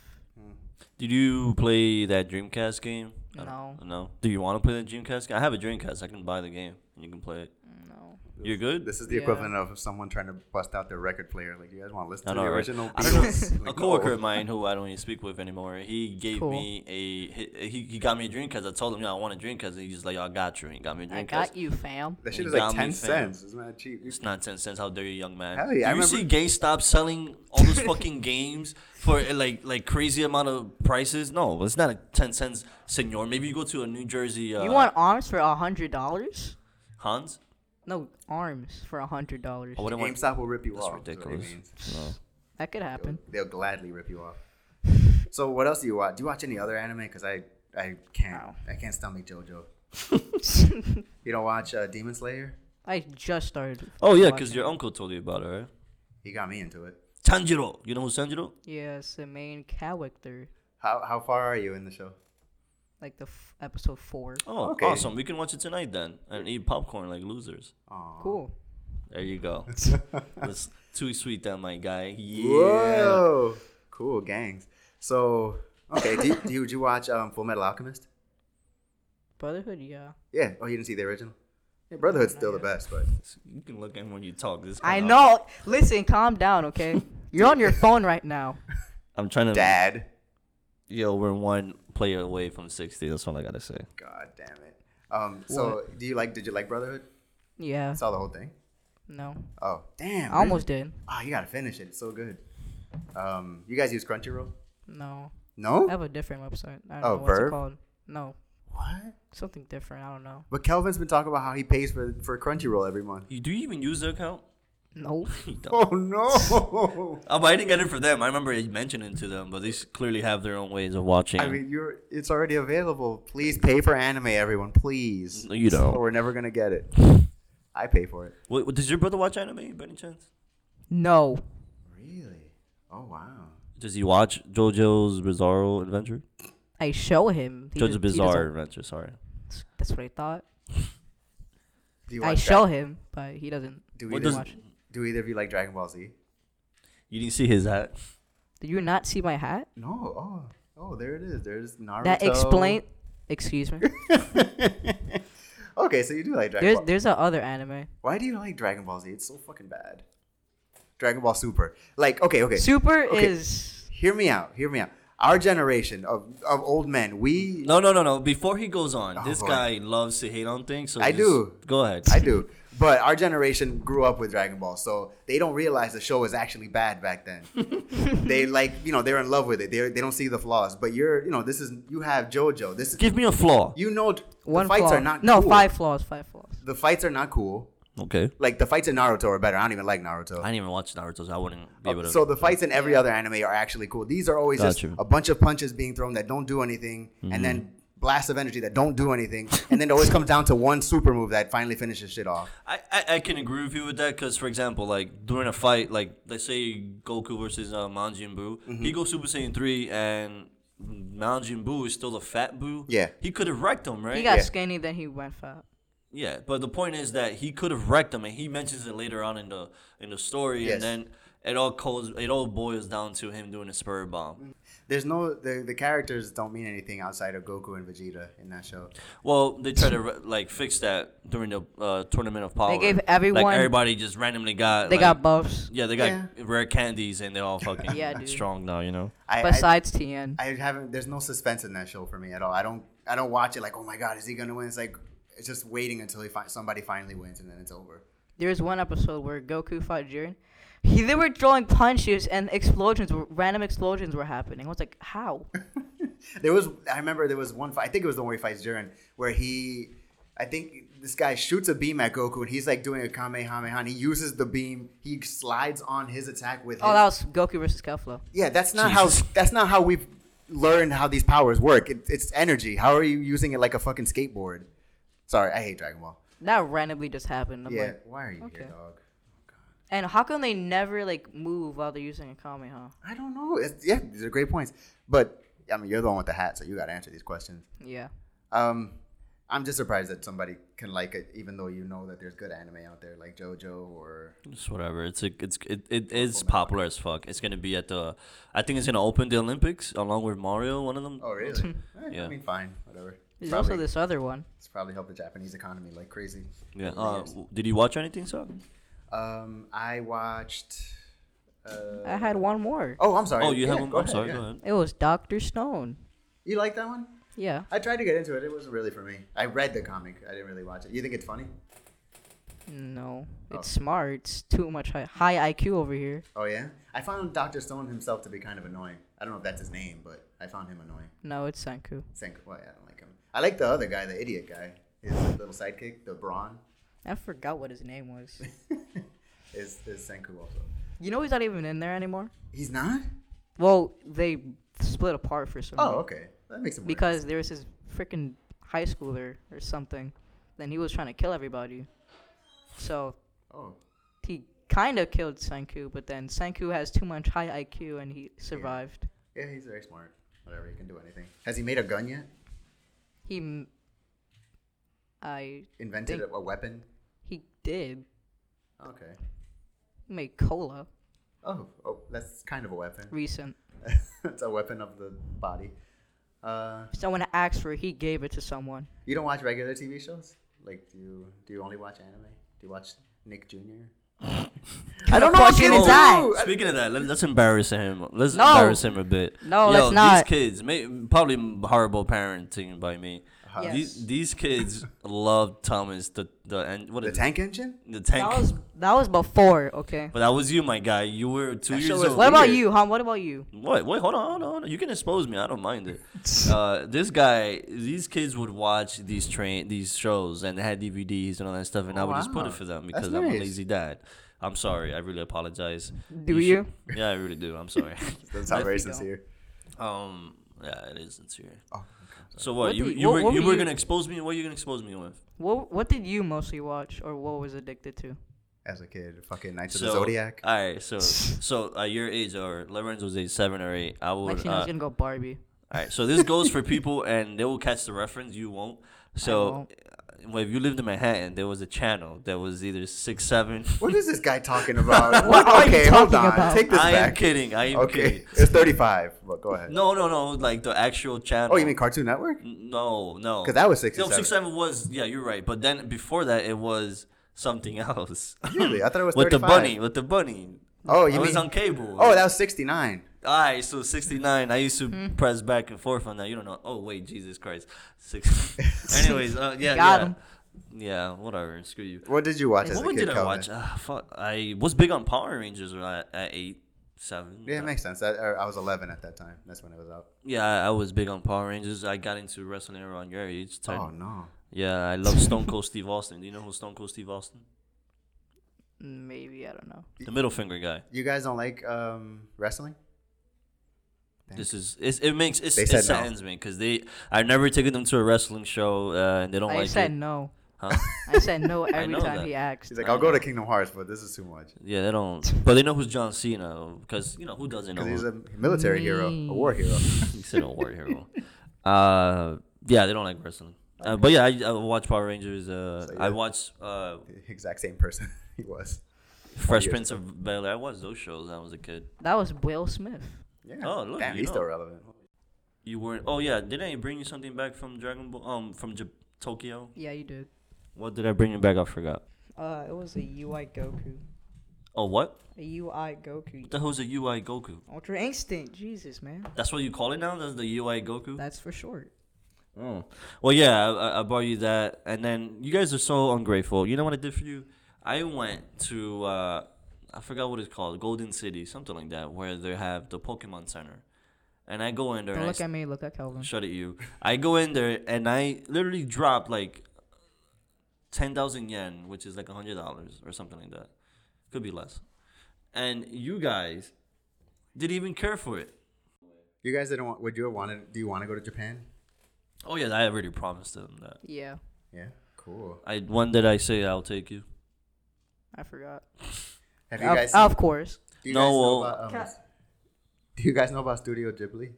Did you play that Dreamcast game? I
No.
don't- No. Do you want to play the Dreamcast game? I have a Dreamcast. I can buy the game and you can play it.
No.
You're good.
This is the
Yeah.
equivalent of someone trying to bust out their record player. Like, you guys want to listen
I
to
know,
the
right?
original
I don't know.
Beatles? Like, oh.
a coworker
no.
of mine who I don't even speak with anymore. He gave
Cool.
me a he, he- he got me a Dreamcast. I told him, "Yeah, I want a Dreamcast." And he's just like, "I got you." And he got me a Dreamcast.
I got you, fam.
That shit
You
is
got
like
me,
10
fam.
cents. Isn't that cheap? You-
It's not ten cents. How dare you, young man?
Hell yeah,
Do you
I remember-
see GameStop selling all those fucking games for uh, like like crazy amount of prices? No, it's not a ten cents, senor. Maybe you go to a New Jersey. Uh,
you want arms for a hundred dollars?
Hans?
No, arms for a hundred dollars.
I wouldn't want.
GameStop will rip you
That's
off. is what it
ridiculous.
means.
No.
That could happen.
They'll gladly rip you off. so, what else do you watch? Do you watch any other anime? Because I, I can't.
No.
I can't stomach JoJo. You don't watch uh, Demon Slayer?
I just started.
Oh yeah, because
watching
your
it.
uncle told you about it, right?
He got me into it.
Tanjiro. You know who's Tanjiro?
Yes, the main character,
How, how far are you in the show?
like the f- episode four.
Oh,
Okay.
awesome. We can watch it tonight then and eat popcorn like losers.
Aw.
Cool.
There you go. That's too sweet, that my guy. Yeah.
Whoa, cool gangs. So okay, do, do, you, did you watch um, Full Metal Alchemist?
Brotherhood, yeah.
Yeah. Oh, you didn't see the original. Yeah, Brotherhood's still the best, but
You can look at him when you talk. This
I
guy-
know. Listen, calm down, okay? You're on your phone right now.
I'm trying to.
Dad,
Yo, we're one player away from 60. That's all I gotta say.
God damn it. Um, so do you like? Did you like Brotherhood?
Yeah.
I saw the whole thing.
No.
Oh, damn.
I almost did.
Oh, you gotta finish it. It's so good. Um, you guys use Crunchyroll?
No. I
No.
have a different website. I don't
Oh,
know what's
Verve?
it called. No.
What?
Something different. I don't know.
But Kelvin's been talking about how he pays for for Crunchyroll every month.
You, do you even use the account?
No.
You don't.
Oh no.
Oh, but I didn't get it for them. I remember mentioning to them, but they s- clearly have their own ways of watching.
I mean, you're it's already available. Please pay for anime, everyone. Please.
No, you don't.
Or we're never gonna get it. I pay for it.
Wait, does your brother watch anime by any chance?
No.
Really? Oh wow.
Does he watch JoJo's Bizarro Adventure?
I show him.
JoJo's
He does- he doesn't-
Bizarre Adventure, sorry.
That's what I thought.
Do you
I
watch
show
Dra-
him, but he doesn't.
Do
What
either,
does-
watch it.
do either of you like Dragon Ball Z?
You didn't see his hat?
Did you not see my hat?
No. Oh. Oh, there it is. There's Naruto.
That explain. Excuse me.
okay, so you do like Dragon
There's
Ball.
there's a other anime.
Why do you like Dragon Ball Z? It's so fucking bad. Dragon Ball Super. Like, okay, okay.
Super
Okay.
is
Hear me out. Hear me out. Our generation of, of old men, we
No, no, no, no. Before he goes on,
Oh,
this
boy.
guy loves to hate on things. So
I
just
do.
Go ahead.
I do. But our generation grew up with Dragon Ball, so they don't realize the show was actually bad back then. they like, you know, they're in love with it. They they don't see the flaws. But you're, you know, this is you have JoJo. This is
Give me a flaw.
you know the
one
fights
flaw.
are not
no
cool.
five flaws. Five flaws.
The fights are not cool.
Okay.
Like the fights in Naruto are better. I don't even like Naruto. Uh,
I didn't even watch Naruto, so I wouldn't be able to.
so the fights in every other anime are actually cool. These are always just
Gotcha. Mm-hmm.
a bunch of punches being thrown that don't do anything, and then blasts of energy that don't do anything, and then it always comes down to one super move that finally finishes shit off.
I, I, I can agree with you with that because, for example, like during a fight, like let's say Goku versus uh, Majin Buu,
Mm-hmm.
he goes Super Saiyan 3 and Majin Buu is still the fat Buu.
Yeah.
He could have wrecked him, right?
He got
Yeah.
skinny, then he went fat.
yeah, but the point is that he could have wrecked him and he mentions it later on in the in the story
Yes.
and then it all codes, it all boils down to him doing a spirit bomb.
There's no the, the characters don't mean anything outside of Goku and Vegeta in that show.
Well, they try to re- like fix that during the uh, tournament of power.
gave everyone-
like everybody just randomly got
They
like-
got buffs.
yeah they got
Yeah.
rare candies and they're all fucking
Yeah, dude.
strong now you know.
I, I-
Besides Tien.
I haven't. There's no suspense in that show for me at all. I don't. I don't watch it like, oh my god, is he gonna win? It's like it's just waiting until he fi- somebody finally wins and then it's over.
There's one episode where Goku fought Jiren. He, they were throwing punches and explosions, were- random explosions were happening. I was like, how?
There was. I remember there was one fight. I think it was the one where he fights Jiren, where he. I think this guy shoots a beam at Goku and he's like doing a kamehameha. And he uses the beam. He slides on his attack with.
Oh,
his-
that was Goku versus Kefla.
Yeah, that's not
Jesus.
how. That's not how we've learned how these powers work. It, it's energy. How are you using it like a fucking skateboard? Sorry, I hate Dragon Ball.
That randomly just happened. I'm
yeah,
like,
why are you
okay.
here, dog?
and how come they never like move while they're using a Kamehameha?
I don't know. It's, yeah, these are great points. But I mean, you're the one with the hat, so you got to answer these questions.
Yeah.
Um, I'm just surprised that somebody can like it, even though you know that there's good anime out there like JoJo or
It's whatever. It's a, it's it, it is popular as fuck. It's gonna be at the, I think it's gonna open the Olympics along with Mario. One of them.
oh really? Eh,
Yeah.
I mean, fine, whatever.
There's
probably,
also this other one.
It's probably helped the Japanese economy like crazy.
Yeah.
over the
Uh,
years.
w- did you watch anything, so?
um, I watched. Uh,
I had one more.
Oh, I'm sorry.
Oh, you
Yeah,
have one.
go
I'm
ahead,
sorry.
yeah.
Go ahead.
It was Doctor Stone.
You like that one?
Yeah.
I tried to get into it. It wasn't really for me. I read the comic. I didn't really watch it. You think it's funny?
No,
Oh.
it's smart. It's too much high, high IQ over here.
Oh yeah. I found Doctor Stone himself to be kind of annoying. I don't know if that's his name, but I found him annoying.
No, it's Senku.
Think, well, yeah, I don't like him. I like the other guy, the idiot guy. His little sidekick, the Brawn,
I forgot what his name was.
is is Senku also.
you know he's not even in there anymore.
He's not.
Well, they split apart for some.
Oh,
reason.
okay. That makes him weird.
Mm-hmm. Because there was this freaking high schooler or something, then he was trying to kill everybody. So
Oh,
he kind of killed Senku, but then Senku has too much high IQ and he survived.
yeah, he's very smart. Whatever, he can do anything. Has he made a gun yet?
He, m- I
Invented
Think-
a, a weapon?
he did
Okay.
make cola
Oh, oh, that's kind of a weapon.
recent.
it's a weapon of the body. Uh,
Someone asked for it, he gave it to someone.
you don't watch regular TV shows? Like, do you do you only watch anime? Do you watch Nick Jr.? I don't know what
question
kid
is
is
that?
that.
Speaking of that, let, let's embarrass him. Let's
No.
embarrass him a bit.
No, let's not.
These kids, may, probably horrible parenting by me.
Yes.
These these kids love Thomas the the and what
The
is-
tank engine?
the tank.
That was that was before, okay.
but that was you, my guy. You were two
That
years
show was
old.
What about
Weird.
you, huh? What about you?
Wait, wait, hold on, hold on, hold on. You can expose me. I don't mind it. Uh, this guy, these kids would watch these train, these shows, and they had DVDs and all that stuff, and I would just put
Wow.
it for them
That's
because I'm a
nice.
lazy dad. I'm sorry. I really apologize.
Do
should- yeah, I really do. I'm sorry.
Doesn't sound very
you don't.
sincere.
um, yeah, it is sincere.
Oh,
So what?
What
you
did-
you
what-
were
what
you
were
were
you-
gonna expose me? What are you gonna expose me with?
What what did you mostly watch or what was addicted to?
as a kid, fucking Knights of the Zodiac.
All right. So so at your age or Lorenzo's age, seven or eight, I would.
Actually, no, I
uh,
was gonna go Barbie.
All right, so this goes for people, and they will catch the reference. You won't. So,
won't.
uh, well, if you lived in Manhattan, there was a channel that was either six, seven.
What is this guy talking about?
What are you
okay, hold
talking
on.
about?
Take this
I am
back.
kidding. I am
Okay,
kidding.
it's 35, but go ahead.
No, no, no. Like the actual channel.
Oh, you mean Cartoon Network?
No, no.
'Cause that was six
No,
and
six, seven was. Yeah, you're right. But then before that, it was something else.
Really? I thought it was
with the
35.
bunny. With the bunny.
Oh,
it
you
was
mean?
on cable.
Oh, that was 69.
All right, so 69. I used to
Hmm.
press back and forth on that. You don't know. Oh, wait, Jesus Christ. Six. Anyways, uh, yeah,
Got
yeah.
him.
Yeah, whatever. Screw you.
What did you watch as
What
a kid?
one did I
Calvin?
watch? Ah, fuck. I was big on Power Rangers when I- at 8, 7.
Yeah, it makes sense. I, or I was 11 at that time. That's when it was out.
Yeah, I- I was big on Power Rangers. I got into wrestling around your age. ten.
Oh, no.
Yeah, I love Stone Cold Steve Austin. Do you know who Stone Cold Steve Austin?
Maybe I don't know.
The middle finger guy.
You guys don't like um, wrestling?
This is it's, it makes it's,
They
it
said no.
saddens me because they I've never taken them to a wrestling show uh, and they don't
I
like
Oh, said
it.
no.
Huh?
I said no every
know
time
that.
he asked.
She's like, I'll go to Kingdom Hearts, but this is too much.
Yeah, they don't. But they know who's John Cena because you know who doesn't know.
Because
Who,
he's a military hero, a war hero.
he's a war hero. Uh, yeah, they don't like wrestling. Uh, but yeah, I, I watch Power Rangers. Uh,
So
I
you're-
watch. Uh,
The exact same person he was.
Fresh Prince of Bel Air. I watched those shows when I was a kid.
That was Will Smith.
Yeah.
Oh, look,
Damn,
you
he's
know.
still relevant.
You weren't. Oh yeah, didn't I bring you something back from Dragon Ball? Um, from Jap- Tokyo.
Yeah, you did.
What did I bring you back? I forgot.
Uh, it was a UI Goku.
Oh what?
A UI Goku.
What the hell's a UI Goku?
Ultra Instinct. Jesus, man.
That's what you call it now. That's the UI Goku.
That's for short.
Oh. Well, yeah, I- I, I bought you that, and then you guys are so ungrateful. You know what I did for you? I went to uh, I forgot what it's called, Golden City, something like that, where they have the Pokemon Center, and I go in there.
Don't
and I
look at me. Look at Kelvin.
Shut it, you. I go in there and I literally drop like 10,000 yen, which is like $100 or something like that. Could be less. And you guys didn't even care for it.
You guys didn't want. Would you have wanted? Do you want to go to Japan?
Oh, yeah, I already promised them that.
Yeah,
Yeah. Cool.
I One did I say I'll take you?
I forgot.
Have you
Of,
guys?
of course.
do you
No,
guys know
well-
about, um, Do you guys know about Studio Ghibli?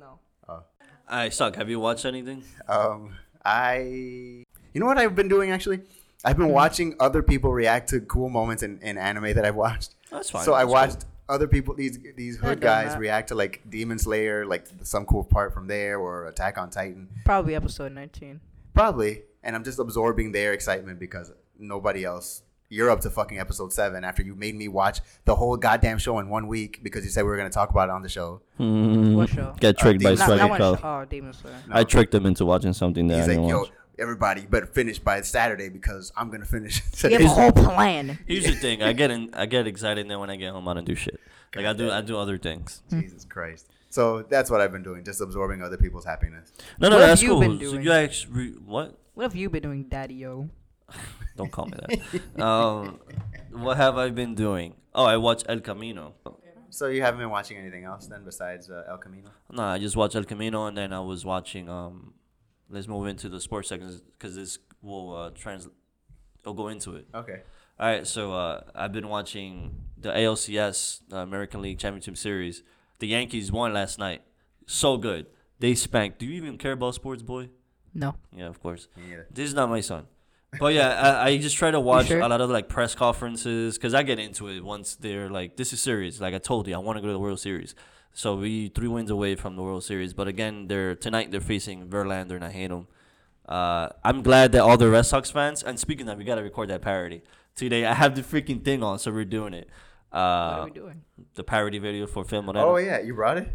No.
Oh.
I suck. Have you watched anything?
Um, I. You know what I've been doing actually? I've been watching other people react to cool moments in, in anime that I've watched.
That's fine.
So I
That's
watched other people these these hood
don't
guys
matter.
react to like Demon Slayer, like some cool part from there, or Attack on Titan,
Probably episode 19.
probably. And I'm just absorbing their excitement because nobody else. You're up to fucking episode seven after you made me watch the whole goddamn show in one week because you said we were gonna talk about it on the show.
Mm-hmm.
What show?
Got tricked by
Demon-
Not,
Sweaty
not one show.
Cow.
Oh, Demon Slayer.
I tricked them into watching something that
He's
I
like,
didn't
yo,
watch.
everybody, you better finish by Saturday because I'm gonna finish.
We have a whole plan.
Here's the thing. I get in, I get excited then when I get home. I don't do shit. Like I do, I do other things.
Jesus Christ. So that's what I've been doing, just absorbing other people's happiness.
No, no,
What have
that's
you
cool.
been
So
doing?
you actually what?
What have you been doing, Daddy Yo?
Don't call me that. um, what have I been doing? Oh, I watch El Camino.
So you haven't been watching anything else then besides uh, El Camino?
No, I just watched El Camino, and then I was watching. Um, let's move into the sports section because this will uh, trans. I'll go into it.
Okay.
All right, so uh, I've been watching the ALCS, the uh, American League Championship Series. The Yankees won last night. So good. They spanked. Do you even care about sports, boy?
No.
Yeah, of course.
Me neither.
This is not my son. But yeah, I, I just try to watch
sure?
a lot of like press conferences because I get into it once they're like, this is serious. Like I told you, I want to go to the World Series. So we three wins away from the World Series. But again, they're tonight they're facing Verlander and I hate them. Uh, I'm glad that all the Red Sox fans. And speaking of, we gotta record that parody today. I have the freaking thing on, so we're doing it.
What
Uh,
are we doing?
the parody video for film. Whatever.
Oh yeah, you brought it.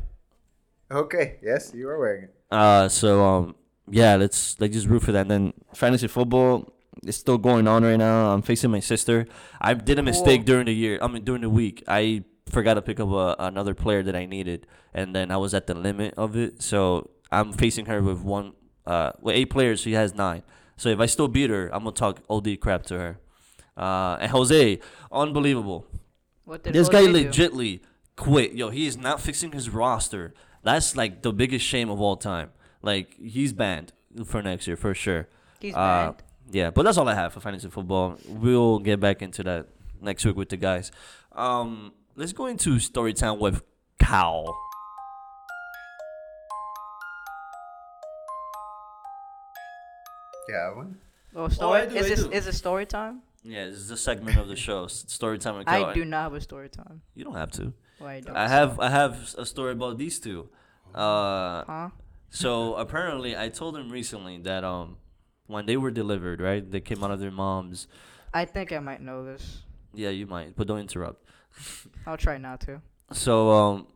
Okay. Yes, you are wearing it.
Uh, so um, yeah, let's let's just root for that. And then fantasy football is still going on right now. I'm facing my sister. I did a mistake during the year. I mean, during the week, I forgot to pick up a, another player that I needed, and then I was at the limit of it. So I'm facing her with one, uh, with eight players. She has nine. So if I still beat her, I'm gonna talk OD crap to her. Uh, and Jose, unbelievable.
What did
This
Jose
guy
do?
legitly quit. Yo, he is not fixing his roster. That's like the biggest shame of all time. Like he's banned for next year for sure.
He's
Uh,
banned.
Yeah, but that's all I have for fantasy football. We'll get back into that next week with the guys. Um, let's go into story time with Cow.
Yeah, I won.
Oh, story?
I do, I
is, this,
do.
is it story time?
Yeah, this is a segment of the show, s- story time with Cow.
I do not have a story time.
You don't have to.
Oh, I don't.
I have I have a story about these two. Uh,
huh?
So apparently, I told them recently that um, when they were delivered, right, they came out of their moms.
I think I might know this.
Yeah, you might, but don't interrupt.
I'll try not to.
So um,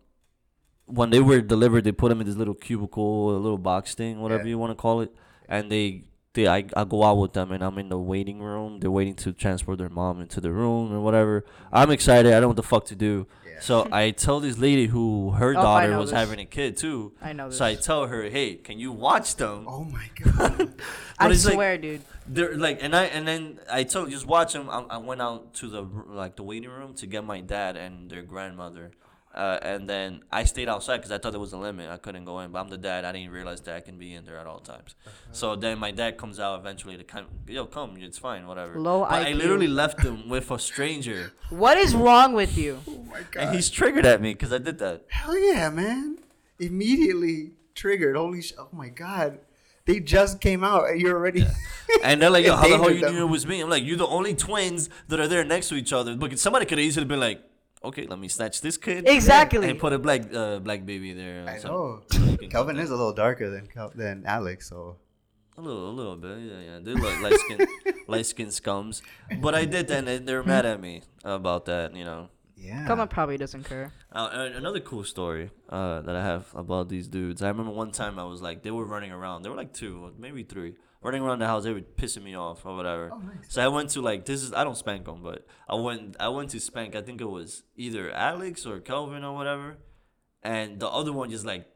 when they were delivered, they put them in this little cubicle, a little box thing, whatever
Yeah.
you want to call it, and they. They, I, I go out with them and I'm in the waiting room. They're waiting to transport their mom into the room or whatever. I'm excited. I don't know what the fuck to do.
Yeah.
So I tell this lady who her
Oh, I
daughter
know
was
this.
having a kid too.
I know this.
So I tell her, hey, can you watch them?
Oh my god.
But
I
it's like-
swear, dude.
They're like, and I and then I told just watch them. I, I went out to the r- like the waiting room to get my dad and their grandmother, uh, and then I stayed outside because I thought there was a limit. I couldn't go in, but I'm the dad. I didn't realize that I can be in there at all times. So then my dad comes out eventually to come. Yo, come, it's fine, whatever.
Low
but I
IQ.
literally left him with a stranger,
What is wrong with you?
oh my god.
and he's triggered at me because I did that.
Hell yeah, man! Immediately triggered. Holy sh! Oh my god! They just came out. You're already.
And they're like, yo, how the hell
Endangered
you
them.
knew it was me? I'm like, you're the only twins that are there next to each other. But somebody could have easily been like, okay, let me snatch this kid.
Exactly.
And put a black uh, black baby there.
I
So-
know.
you can-
Kelvin is a little darker than Kel- than Alex, so
A little, a little bit, yeah, yeah. They look light skin, light skin scums. But I did that, and they're mad at me about that. You know.
yeah.
Common probably doesn't care.
Uh, and another cool story uh, that I have about these dudes. I remember one time I was like, they were running around. They were like two, or maybe three, running around the house. They were pissing me off or whatever. So I went to like this is I don't spank them, but I went I went to spank. I think it was either Alex or Kelvin or whatever, and the other one just like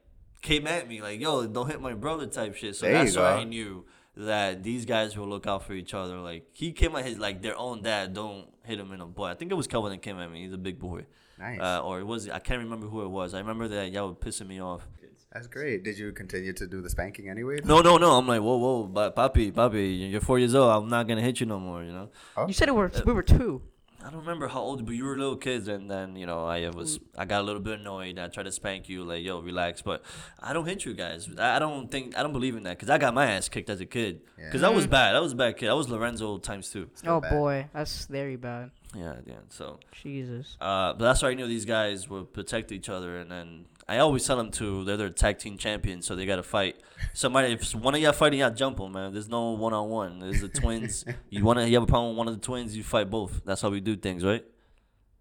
came at me like, yo, don't hit my brother type shit. So
There you
that's why
go.
I knew that these guys will look out for each other. Like he came at his like their own dad. Don't hit him in the butt. I think it was Kelvin that came at me. He's a big boy.
Nice.
Uh, or it was I can't remember who it was. I remember that y'all were pissing me off.
That's great. Did you continue to do the spanking anyway?
No, no, no. I'm like, whoa, whoa, but papi, papi, you're four years old. I'm not gonna hit you no more. You know.
You said it were
Uh,
we were two.
I don't remember how old, but you were little kids, and then you know I was I got a little bit annoyed. I tried to spank you, like yo, relax. But I don't hit you guys. I I don't think I don't believe in that because I got my ass kicked as a kid. Because I was bad. I was a bad kid. I was Lorenzo times two.
Oh
bad.
boy, that's very bad.
Yeah, yeah. So
Jesus.
Uh, but that's why I knew these guys would protect each other. And then I always tell them to they're their tag team champions, so they got to fight. Somebody, if one of y'all fighting, y'all jump them, man. There's no one on one. There's the twins. you want to, you have a problem with one of the twins, you fight both. That's how we do things, right?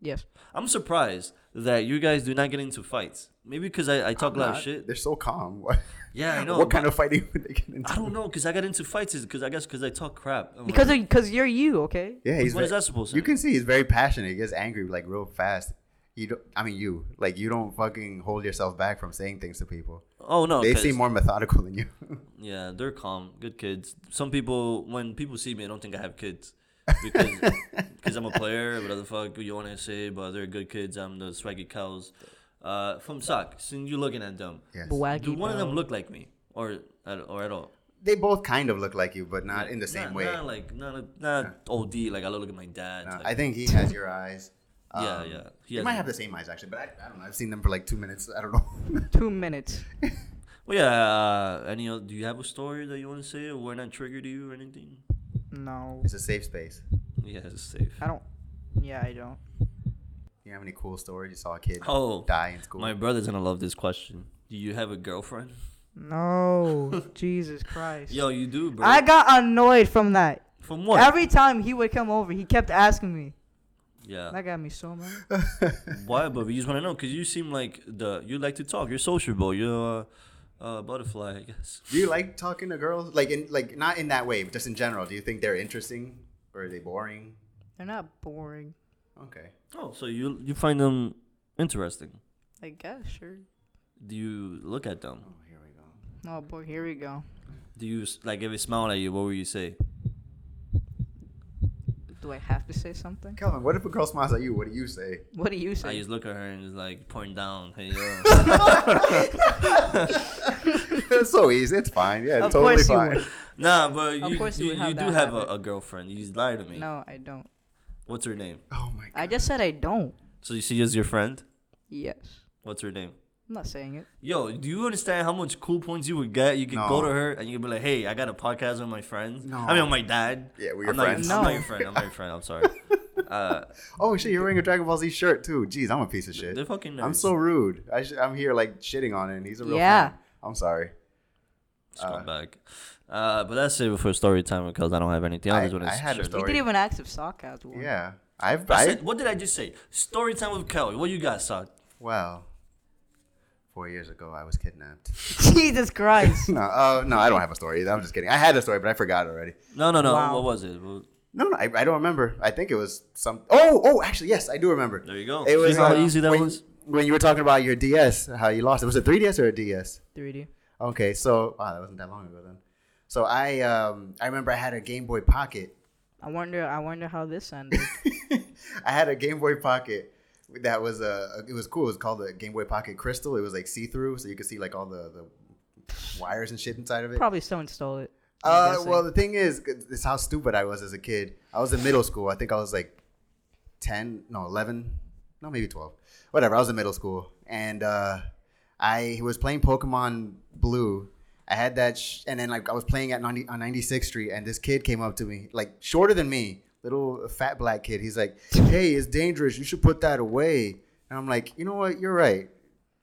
Yes.
I'm surprised that you guys do not get into fights. Maybe because I, I talk a lot of
Not-
shit.
They're so calm. What,
Yeah, I know.
what kind
but
of fighting would they get into?
I don't know because I got into fights is because I guess because I talk crap. I'm
Because
like,
because you're you, okay?
Yeah, he's
what is
ve-
that supposed to?
You
mean?
can see he's very passionate. He gets angry like real fast. You don't. I mean, you like you don't fucking hold yourself back from saying things to people.
oh no,
They
'cause-
seem more methodical than you.
Yeah, they're calm, good kids. Some people, when people see me, I don't think I have kids because because I'm a player. Whatever the fuck you want to say, but they're good kids. I'm the swaggy cows. Uh, from sock, since you're looking at them,
yes.
Waggy
do one of them
bone.
look like me or at, or at all?
They both kind of look like you, but not in the same
not,
way.
Not like not not OD. Like I look at my dad.
Uh,
like-
I think he has your eyes.
Yeah,
Um,
yeah. He
He
has
might
me.
have the same eyes actually, but I, I don't know. I've seen them for like two minutes. I don't know.
Two minutes.
Well, yeah. Uh, any? oth- Do you have a story that you want to say? Or we're not triggered to you or anything?
No.
it's a safe space.
Yeah, it's safe.
I don't yeah, I don't.
Do you have any cool stories? You saw a kid
Oh,
die in school.
my brother's gonna love this question. Do you have a girlfriend?
No. Jesus Christ.
Yo, you do, bro.
I got annoyed from that.
From what?
Every time he would come over, he kept asking me.
yeah.
That got me so mad.
Why, but we just want to know because you seem like the you like to talk. You're sociable. You're a uh, butterfly, I guess.
Do you like talking to girls? Like in like not in that way, but just in general. Do you think they're interesting or are they boring?
They're not boring.
Okay.
Oh, so you you find them interesting?
I guess, sure.
Do you look at them?
Oh, here we go.
Oh boy, here we go.
Do you s- like if they smile at you? What would you say?
Do I have to say something?
Calvin, what if a girl smiles at you? What do you say?
What do you
I
say?
just look at her and just like point down. Hey yo.
it's so easy. It's fine. Yeah,
Of
totally
course you
fine.
would.
nah, but
Of
you
course you
you,
would
you,
have
do
that
have a,
habit.
a girlfriend. You just lied to me.
No, I don't.
What's her name?
Oh my
I
god.
just said I don't.
So you she is your friend.
Yes.
What's her name?
I'm not saying it.
Yo, do you understand how much cool points you would get? You could go
No.
to her and you could be like, "Hey, I got a podcast with my friends.
No.
I mean, with my dad.
Yeah, we're your
I'm not
friends.
Your, I'm
No.
not your friend. I'm not your friend. I'm sorry. Uh,
Oh shit, you're wearing a Dragon Ball Z shirt too. Jeez, I'm a piece of shit.
they're fucking. Nerds.
I'm so rude. I sh- I'm here like shitting on it. And he's a real
Yeah.
fan. I'm sorry.
scumbag. Uh, but that's it for story time because I don't have anything. I,
I-
just want to
I had a
share-
story.
We
Sorry.
didn't even ask if Sock has one.
Yeah. I've
That's
I,
it. What did I just say? Story time with Kelly. What you got, Sod?
well, four years ago I was kidnapped.
Jesus Christ.
no, uh, no, I don't have a story. either. I'm just kidding. I had a story, but I forgot already.
No, no, no.
Wow.
What was it? Well,
No, no, I, I don't remember. I think it was some. Oh, oh, actually, yes, I do remember.
There you go.
It was
See how
uh,
easy that
when,
was?
When you were talking about your DS, how you lost it. Was it 3DS or a DS?
3D.
Okay, so wow, that wasn't that long ago then. So I, um, I remember I had a Game Boy Pocket.
I wonder. I wonder how this ended.
I had a Game Boy Pocket that was uh, it was cool. It was called the Game Boy Pocket Crystal. It was like see through, so you could see like all the the wires and shit inside of it.
Probably someone stole it. I'm
Uh,
guessing.
well, the thing is, it's how stupid I was as a kid. I was in middle school. I think I was like 10, no, 11, no, maybe 12. Whatever. I was in middle school. And uh, I was playing Pokemon Blue. I had that, sh- and then like I was playing at 90, on 96th Street, and this kid came up to me, like shorter than me, little fat black kid. He's like, "Hey, it's dangerous. You should put that away." And I'm like, "You know what? You're right.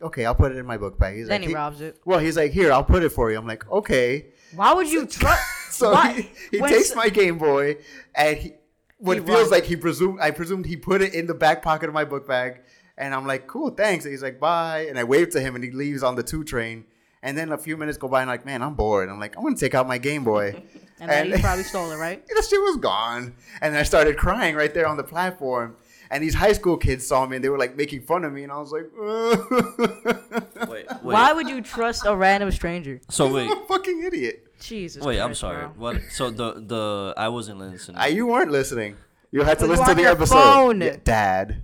Okay, I'll put it in my book bag." He's
Then
like,
he robs it.
Well, he's like, "Here, I'll put it for you." I'm like, "Okay."
Why would you trust?
So he, he takes my Game Boy, and he, what
He
feels
runs.
like he presumed I presumed he put it in the back pocket of my book bag, and I'm like, cool, thanks. And he's like, bye, and I wave to him, and he leaves on the two train. And then a few minutes go by, and I'm like, man, I'm bored. I'm like, I'm gonna take out my Game Boy,
And then he probably stole it, right?
that shit was gone. And I started crying right there on the platform. And these high school kids saw me, and they were like making fun of me, and I was like,
Wait, wait.
Why would you trust a random stranger?
so wait,
I'm a fucking idiot.
Jesus.
wait. I'm
Christ,
sorry.
bro.
What? So the the I wasn't listening.
I, you weren't listening. You had to
Well, you
listen to
on
the
your
episode,
phone.
Yeah, Dad.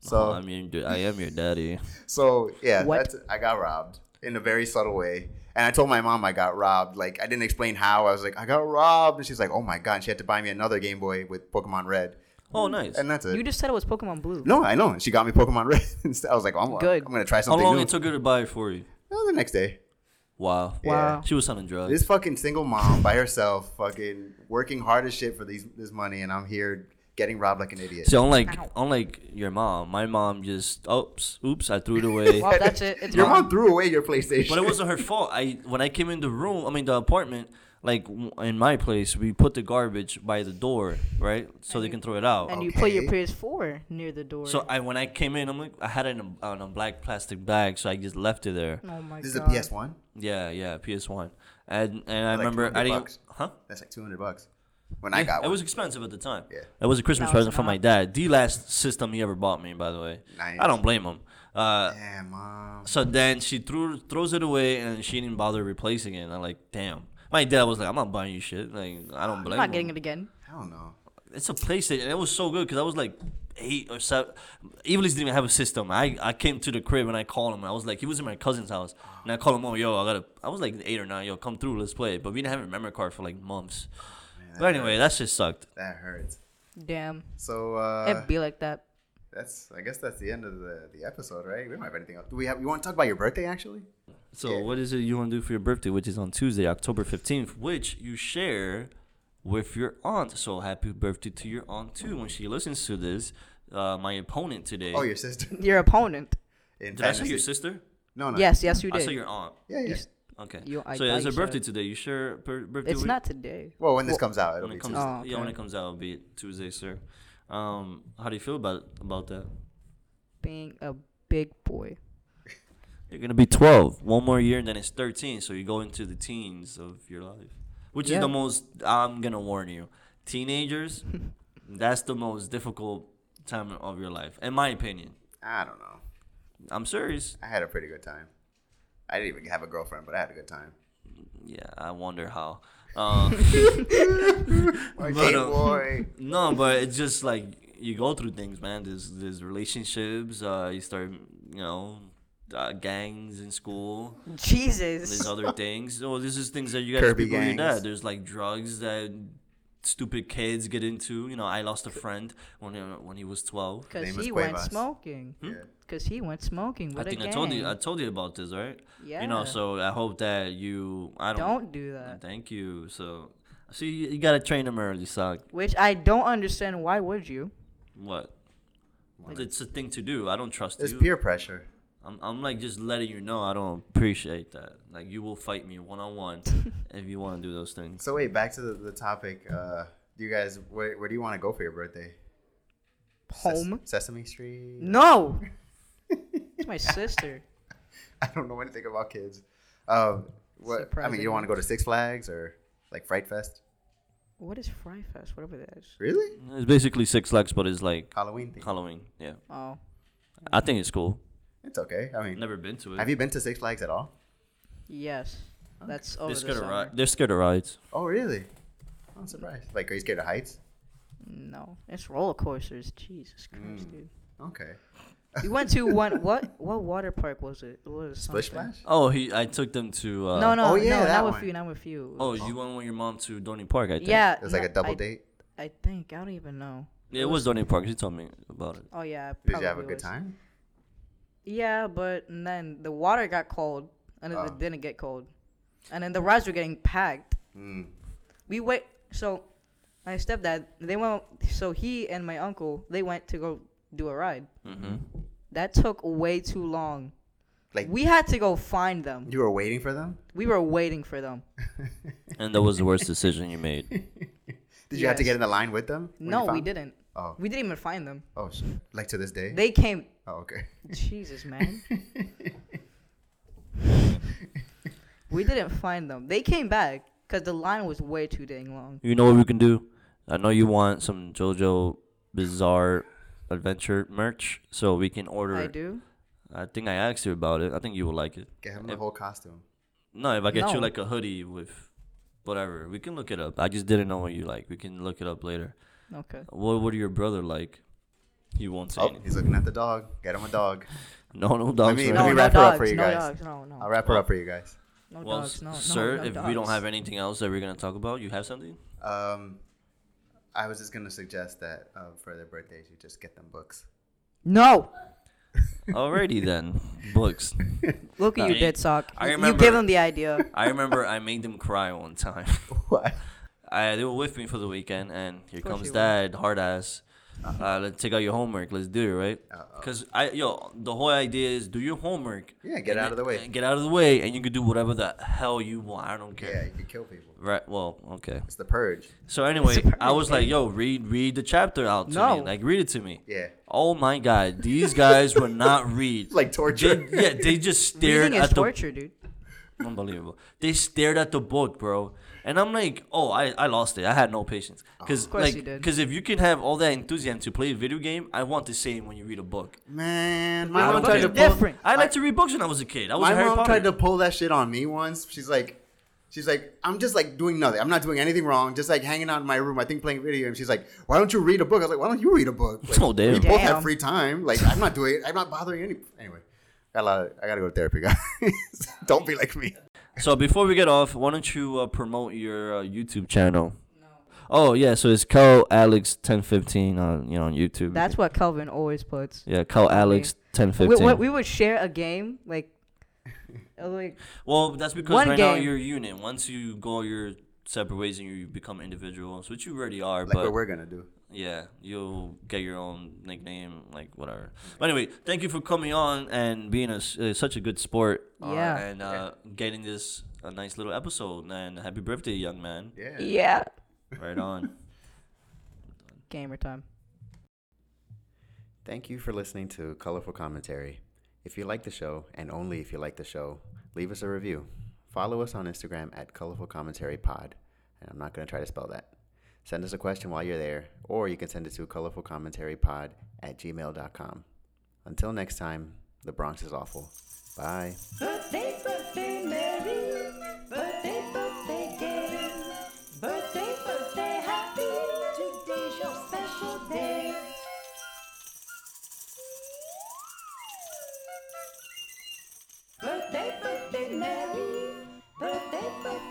So,
I mean, dude, I am your daddy.
so yeah,
What?
that's, I got robbed in a very subtle way, and I told my mom I got robbed. Like I didn't explain how. I was like, I got robbed, and she's like, Oh my god! And she had to buy me another Game Boy with Pokemon Red,
Oh, nice.
and that's it.
You just said it was Pokemon Blue.
no, I know. And she got me Pokemon Red. instead. I was like, well, I'm,
Good.
I'm gonna try
How
something
long
new.
it took her to buy it for you?
Oh, the next day.
Wow.
Wow.
She was selling drugs.
This fucking single mom by herself, fucking working hard as shit for these this money, and I'm here getting robbed like an idiot.
See, unlike unlike your mom, my mom just oops, oops, I threw it away.
Well, that's it. It's
Your
gone.
mom threw away your PlayStation.
um, but it wasn't her fault. I when I came in the room, I mean the apartment, like w- in my place, we put the garbage by the door, right, so they can throw it out.
And you put your
Okay.
PS4 near the door.
So I when I came in, I'm like I had it in a, on a black plastic bag, so I just left it there.
oh my
This is a
god.
PS One.
Yeah, yeah, PS One, and and I
Like
remember I
200
didn't,
bucks.
huh?
That's like two hundred bucks. When I got
It
one,
was expensive at the time.
Yeah.
It was a Christmas
No, it's
present from
not.
my dad. The last system he ever bought me, by the way.
Nice.
I don't blame him. Uh,
damn mom.
So then she threw throws it away and she didn't bother replacing it. And I'm like, damn. My dad was like, I'm not buying you shit. Like, I don't
I'm
blame
not getting
him.
it again.
I don't know.
It's a PlayStation. And it was so good because I was like eight or seven. Evilise didn't even have a system. I, I came to the crib and I called him. I was like, he was in my cousin's house. And I called him, oh, yo, I got to. I was like eight or nine. Yo, come through. Let's play. But we didn't have a memory card for like months. But anyway, that shit sucked.
That hurts.
Damn.
So uh,
It'd be like that.
that's I guess that's the end of the, the episode, right? We don't have anything else. Do we have? You want to talk about your birthday actually?
So
Yeah.
what is it you want to do for your birthday, which is on Tuesday, October fifteenth, which you share with your aunt. So happy birthday to your aunt too when she listens to this. Uh, my opponent today.
Oh, your sister.
Your opponent.
In
Did I say
fantasy.
your sister?
No, no.
Yes, yes, you
I
did.
said your aunt.
Yeah, yeah.
s-
Okay.
You- I
so yeah, it's her
thought you said-
birthday today. You share per- birthday.
It's
with-
not today.
Well, when this comes out, it'll
when
be
it comes.
Tuesday.
Oh,
Yeah, when
okay.
it comes out, it'll be Tuesday, sir. Um, how do you feel about about that?
Being a big boy.
You're gonna be 12. One more year, and then it's 13. So you go into the teens of your life, which is
Yeah.
the most. I'm gonna warn you, teenagers. that's the most difficult time of your life, in my opinion.
I don't know.
I'm serious.
I had a pretty good time. I didn't even have a girlfriend, but I had a good time.
Yeah, I wonder how. Um,
My
But,
Game
uh,
Boy.
no, but it's just like you go through things, man. There's there's relationships. Uh, you start, you know, uh, gangs in school.
Jesus.
There's other things. Oh, this is things that you gotta
Kirby
speak with your
gangs.
dad. There's like drugs that stupid kids get into. You know, I lost a friend when he, when he was twelve.
Because
name is
he went
Cuevas.
smoking.
Yeah.
Because he went smoking
Hmm? I
with
think
a
I
gang.
told you I told you about this, right? You know,
Yeah.
so I hope that you I don't
don't do that.
Thank you. So see, you, you gotta train them early, so
Which I don't understand. Why would you?
what? It's a thing to do. I don't trust
It's
you.
peer pressure.
I'm, I'm like just letting you know I don't appreciate that. Like you will fight me one on one if you want to do those things.
So wait, back to the, the topic. Uh, do you guys where, where do you want to go for your birthday? Ses-
Home?
Sesame Street.
No. it's my sister.
I don't know anything about kids. Um, what, I mean, you
Surprising.
don't want to go to Six Flags or like Fright Fest?
What is Fry Fest? Whatever that is.
Really?
It's basically Six Flags, but it's like
Halloween thing.
Halloween. Yeah,
Oh.
I think it's cool.
It's okay. I mean,
Never been to it.
have you been to Six Flags at all?
Yes. That's over
They're
the
scared
summer.
of rides. They're scared of rides.
Oh, really? I'm surprised. Like, are you scared of heights?
No, it's roller coasters. Jesus
Mm.
Christ, dude.
Okay.
We went to one. What? What water park was it? It was
Splish
something.
Splash?
Oh, he. I took them to. Uh,
No, no,
Oh,
no,
yeah, that
not with
one.
you, not with you.
Oh, you went with your mom to Donny Park. I think.
yeah.
It was like
no,
a double
I,
date.
I think I don't even know.
Yeah, it was Donny Park. She told me about it.
Oh yeah. it
Did you have a
probably
good
was.
time?
Yeah, but and then the water got cold, and
Oh.
it didn't get cold. and then the rides were getting packed.
Mm.
We wait. So my stepdad, they went. So he and my uncle, they went to go do a ride.
Mm-hmm.
That took way too long.
Like-
we had to go find them.
You were waiting for them.
We were waiting for them.
And that was the worst decision you made.
Did you have to
Yes.
get in the line with them? when you
no, we
found-
didn't.
Oh.
We didn't even find them.
Oh, shit. like to this day.
They came.
oh, okay.
Jesus, man. we didn't find them. They came back because the line was way too dang long.
You know what we can do? I know you want some JoJo Bizarre Adventure merch, so we can order.
I
it.
do.
I think I asked you about it. I think you would like it.
Get him the whole costume.
No, if I get
No.
you like a hoodie with whatever, we can look it up. I just didn't know what you like. We can look it up later.
Okay.
What What are your brother like? He won't say
Oh,
anything.
he's looking at the dog. Get him a dog.
No, no dogs.
me-
right?
let
No, no
wrap
dogs.
it up for you
no
guys.
dogs. No, no.
I'll wrap her up for you guys.
No
Well,
dogs. No, no,
sir,
no
if we don't
dogs.
have anything else that we're gonna talk about, you have something?
Um, I was just gonna suggest that uh, for their birthdays, you just get them books.
No.
Alrighty then, books.
Look at you,
I-
dead sock.
Uh, I
You- You
remember-
gave them the idea.
I remember I made them cry one time.
What?
I, they were with me for the weekend, and here
course
comes
you were. Uh-huh.
dad, hard ass. Uh, let's take out your homework. Let's do it, right?
Uh-oh.
Because I, yo, the whole idea is do your homework.
Yeah, get
and
out of the
then-
way.
and Get out of the way, and you can do whatever the hell you want. I don't care.
Yeah, you could kill people.
Right. Well, okay.
It's the purge.
So anyway,
It's a
I was like,
perfect-
yo, read, read the chapter out to
No.
me. Like, read it to me.
Yeah.
Oh my god, these guys would not read.
Like torture.
They- yeah, they just stared
Reading is
at the
torture, dude.
Unbelievable. They stared at the book, bro. And I'm like, oh, I, I lost it. I had no patience.
Oh.
Because
Of course you
like,
did.
because if you can have all that enthusiasm to play a video game, I want the same when you read a book.
Man,
I
my
don't
mom
book
tried
care.
to
is
pull.
different.
I like to read books when I was a kid. I was
My
a Harry
mom
Potter.
tried to pull that shit on me once. She's like, she's like, I'm just like doing nothing. I'm not doing anything wrong. Just like hanging out in my room. I think playing video games. She's like, why don't you read a book? I was like, why don't you read a book? Like,
Oh, damn.
We both
Damn.
have free time. Like I'm not doing. I'm not bothering any. Anyway, got a lot. Of, I gotta go to therapy, guys. don't be like me.
So before we get off, why don't you uh, promote your uh, YouTube channel? Oh yeah, so it's Cal Alex ten fifteen on you know on YouTube.
That's what Calvin always puts.
yeah, Cal Alex ten
We, we,
fifteen.
we would share a game, like, uh, like
Well, that's because
One
right now
game.
you're a unit. Once you go your separate ways and you become individuals, which you already are,
Like
but
what we're gonna do.
yeah, you'll get your own nickname, like whatever. But anyway, thank you for coming on and being a, s- uh, such a good sport. uh,
Yeah.
and uh, getting this a nice little episode. And happy birthday, young man.
Yeah.
yeah,
Right on.
gamer time.
Thank you for listening to Colorful Commentary. If you like the show, and only if you like the show, leave us a review. Follow us on Instagram at Colorful Commentary Pod, and I'm not going to try to spell that. Send us a question while you're there, or you can send it to colorfulcommentarypod at gmail.com. Until next time, the Bronx is awful. Bye.
Birthday, birthday, Mary. Birthday, birthday, Gator. Birthday, birthday, happy. Today's your special day. Birthday, birthday, Mary. Birthday, birthday.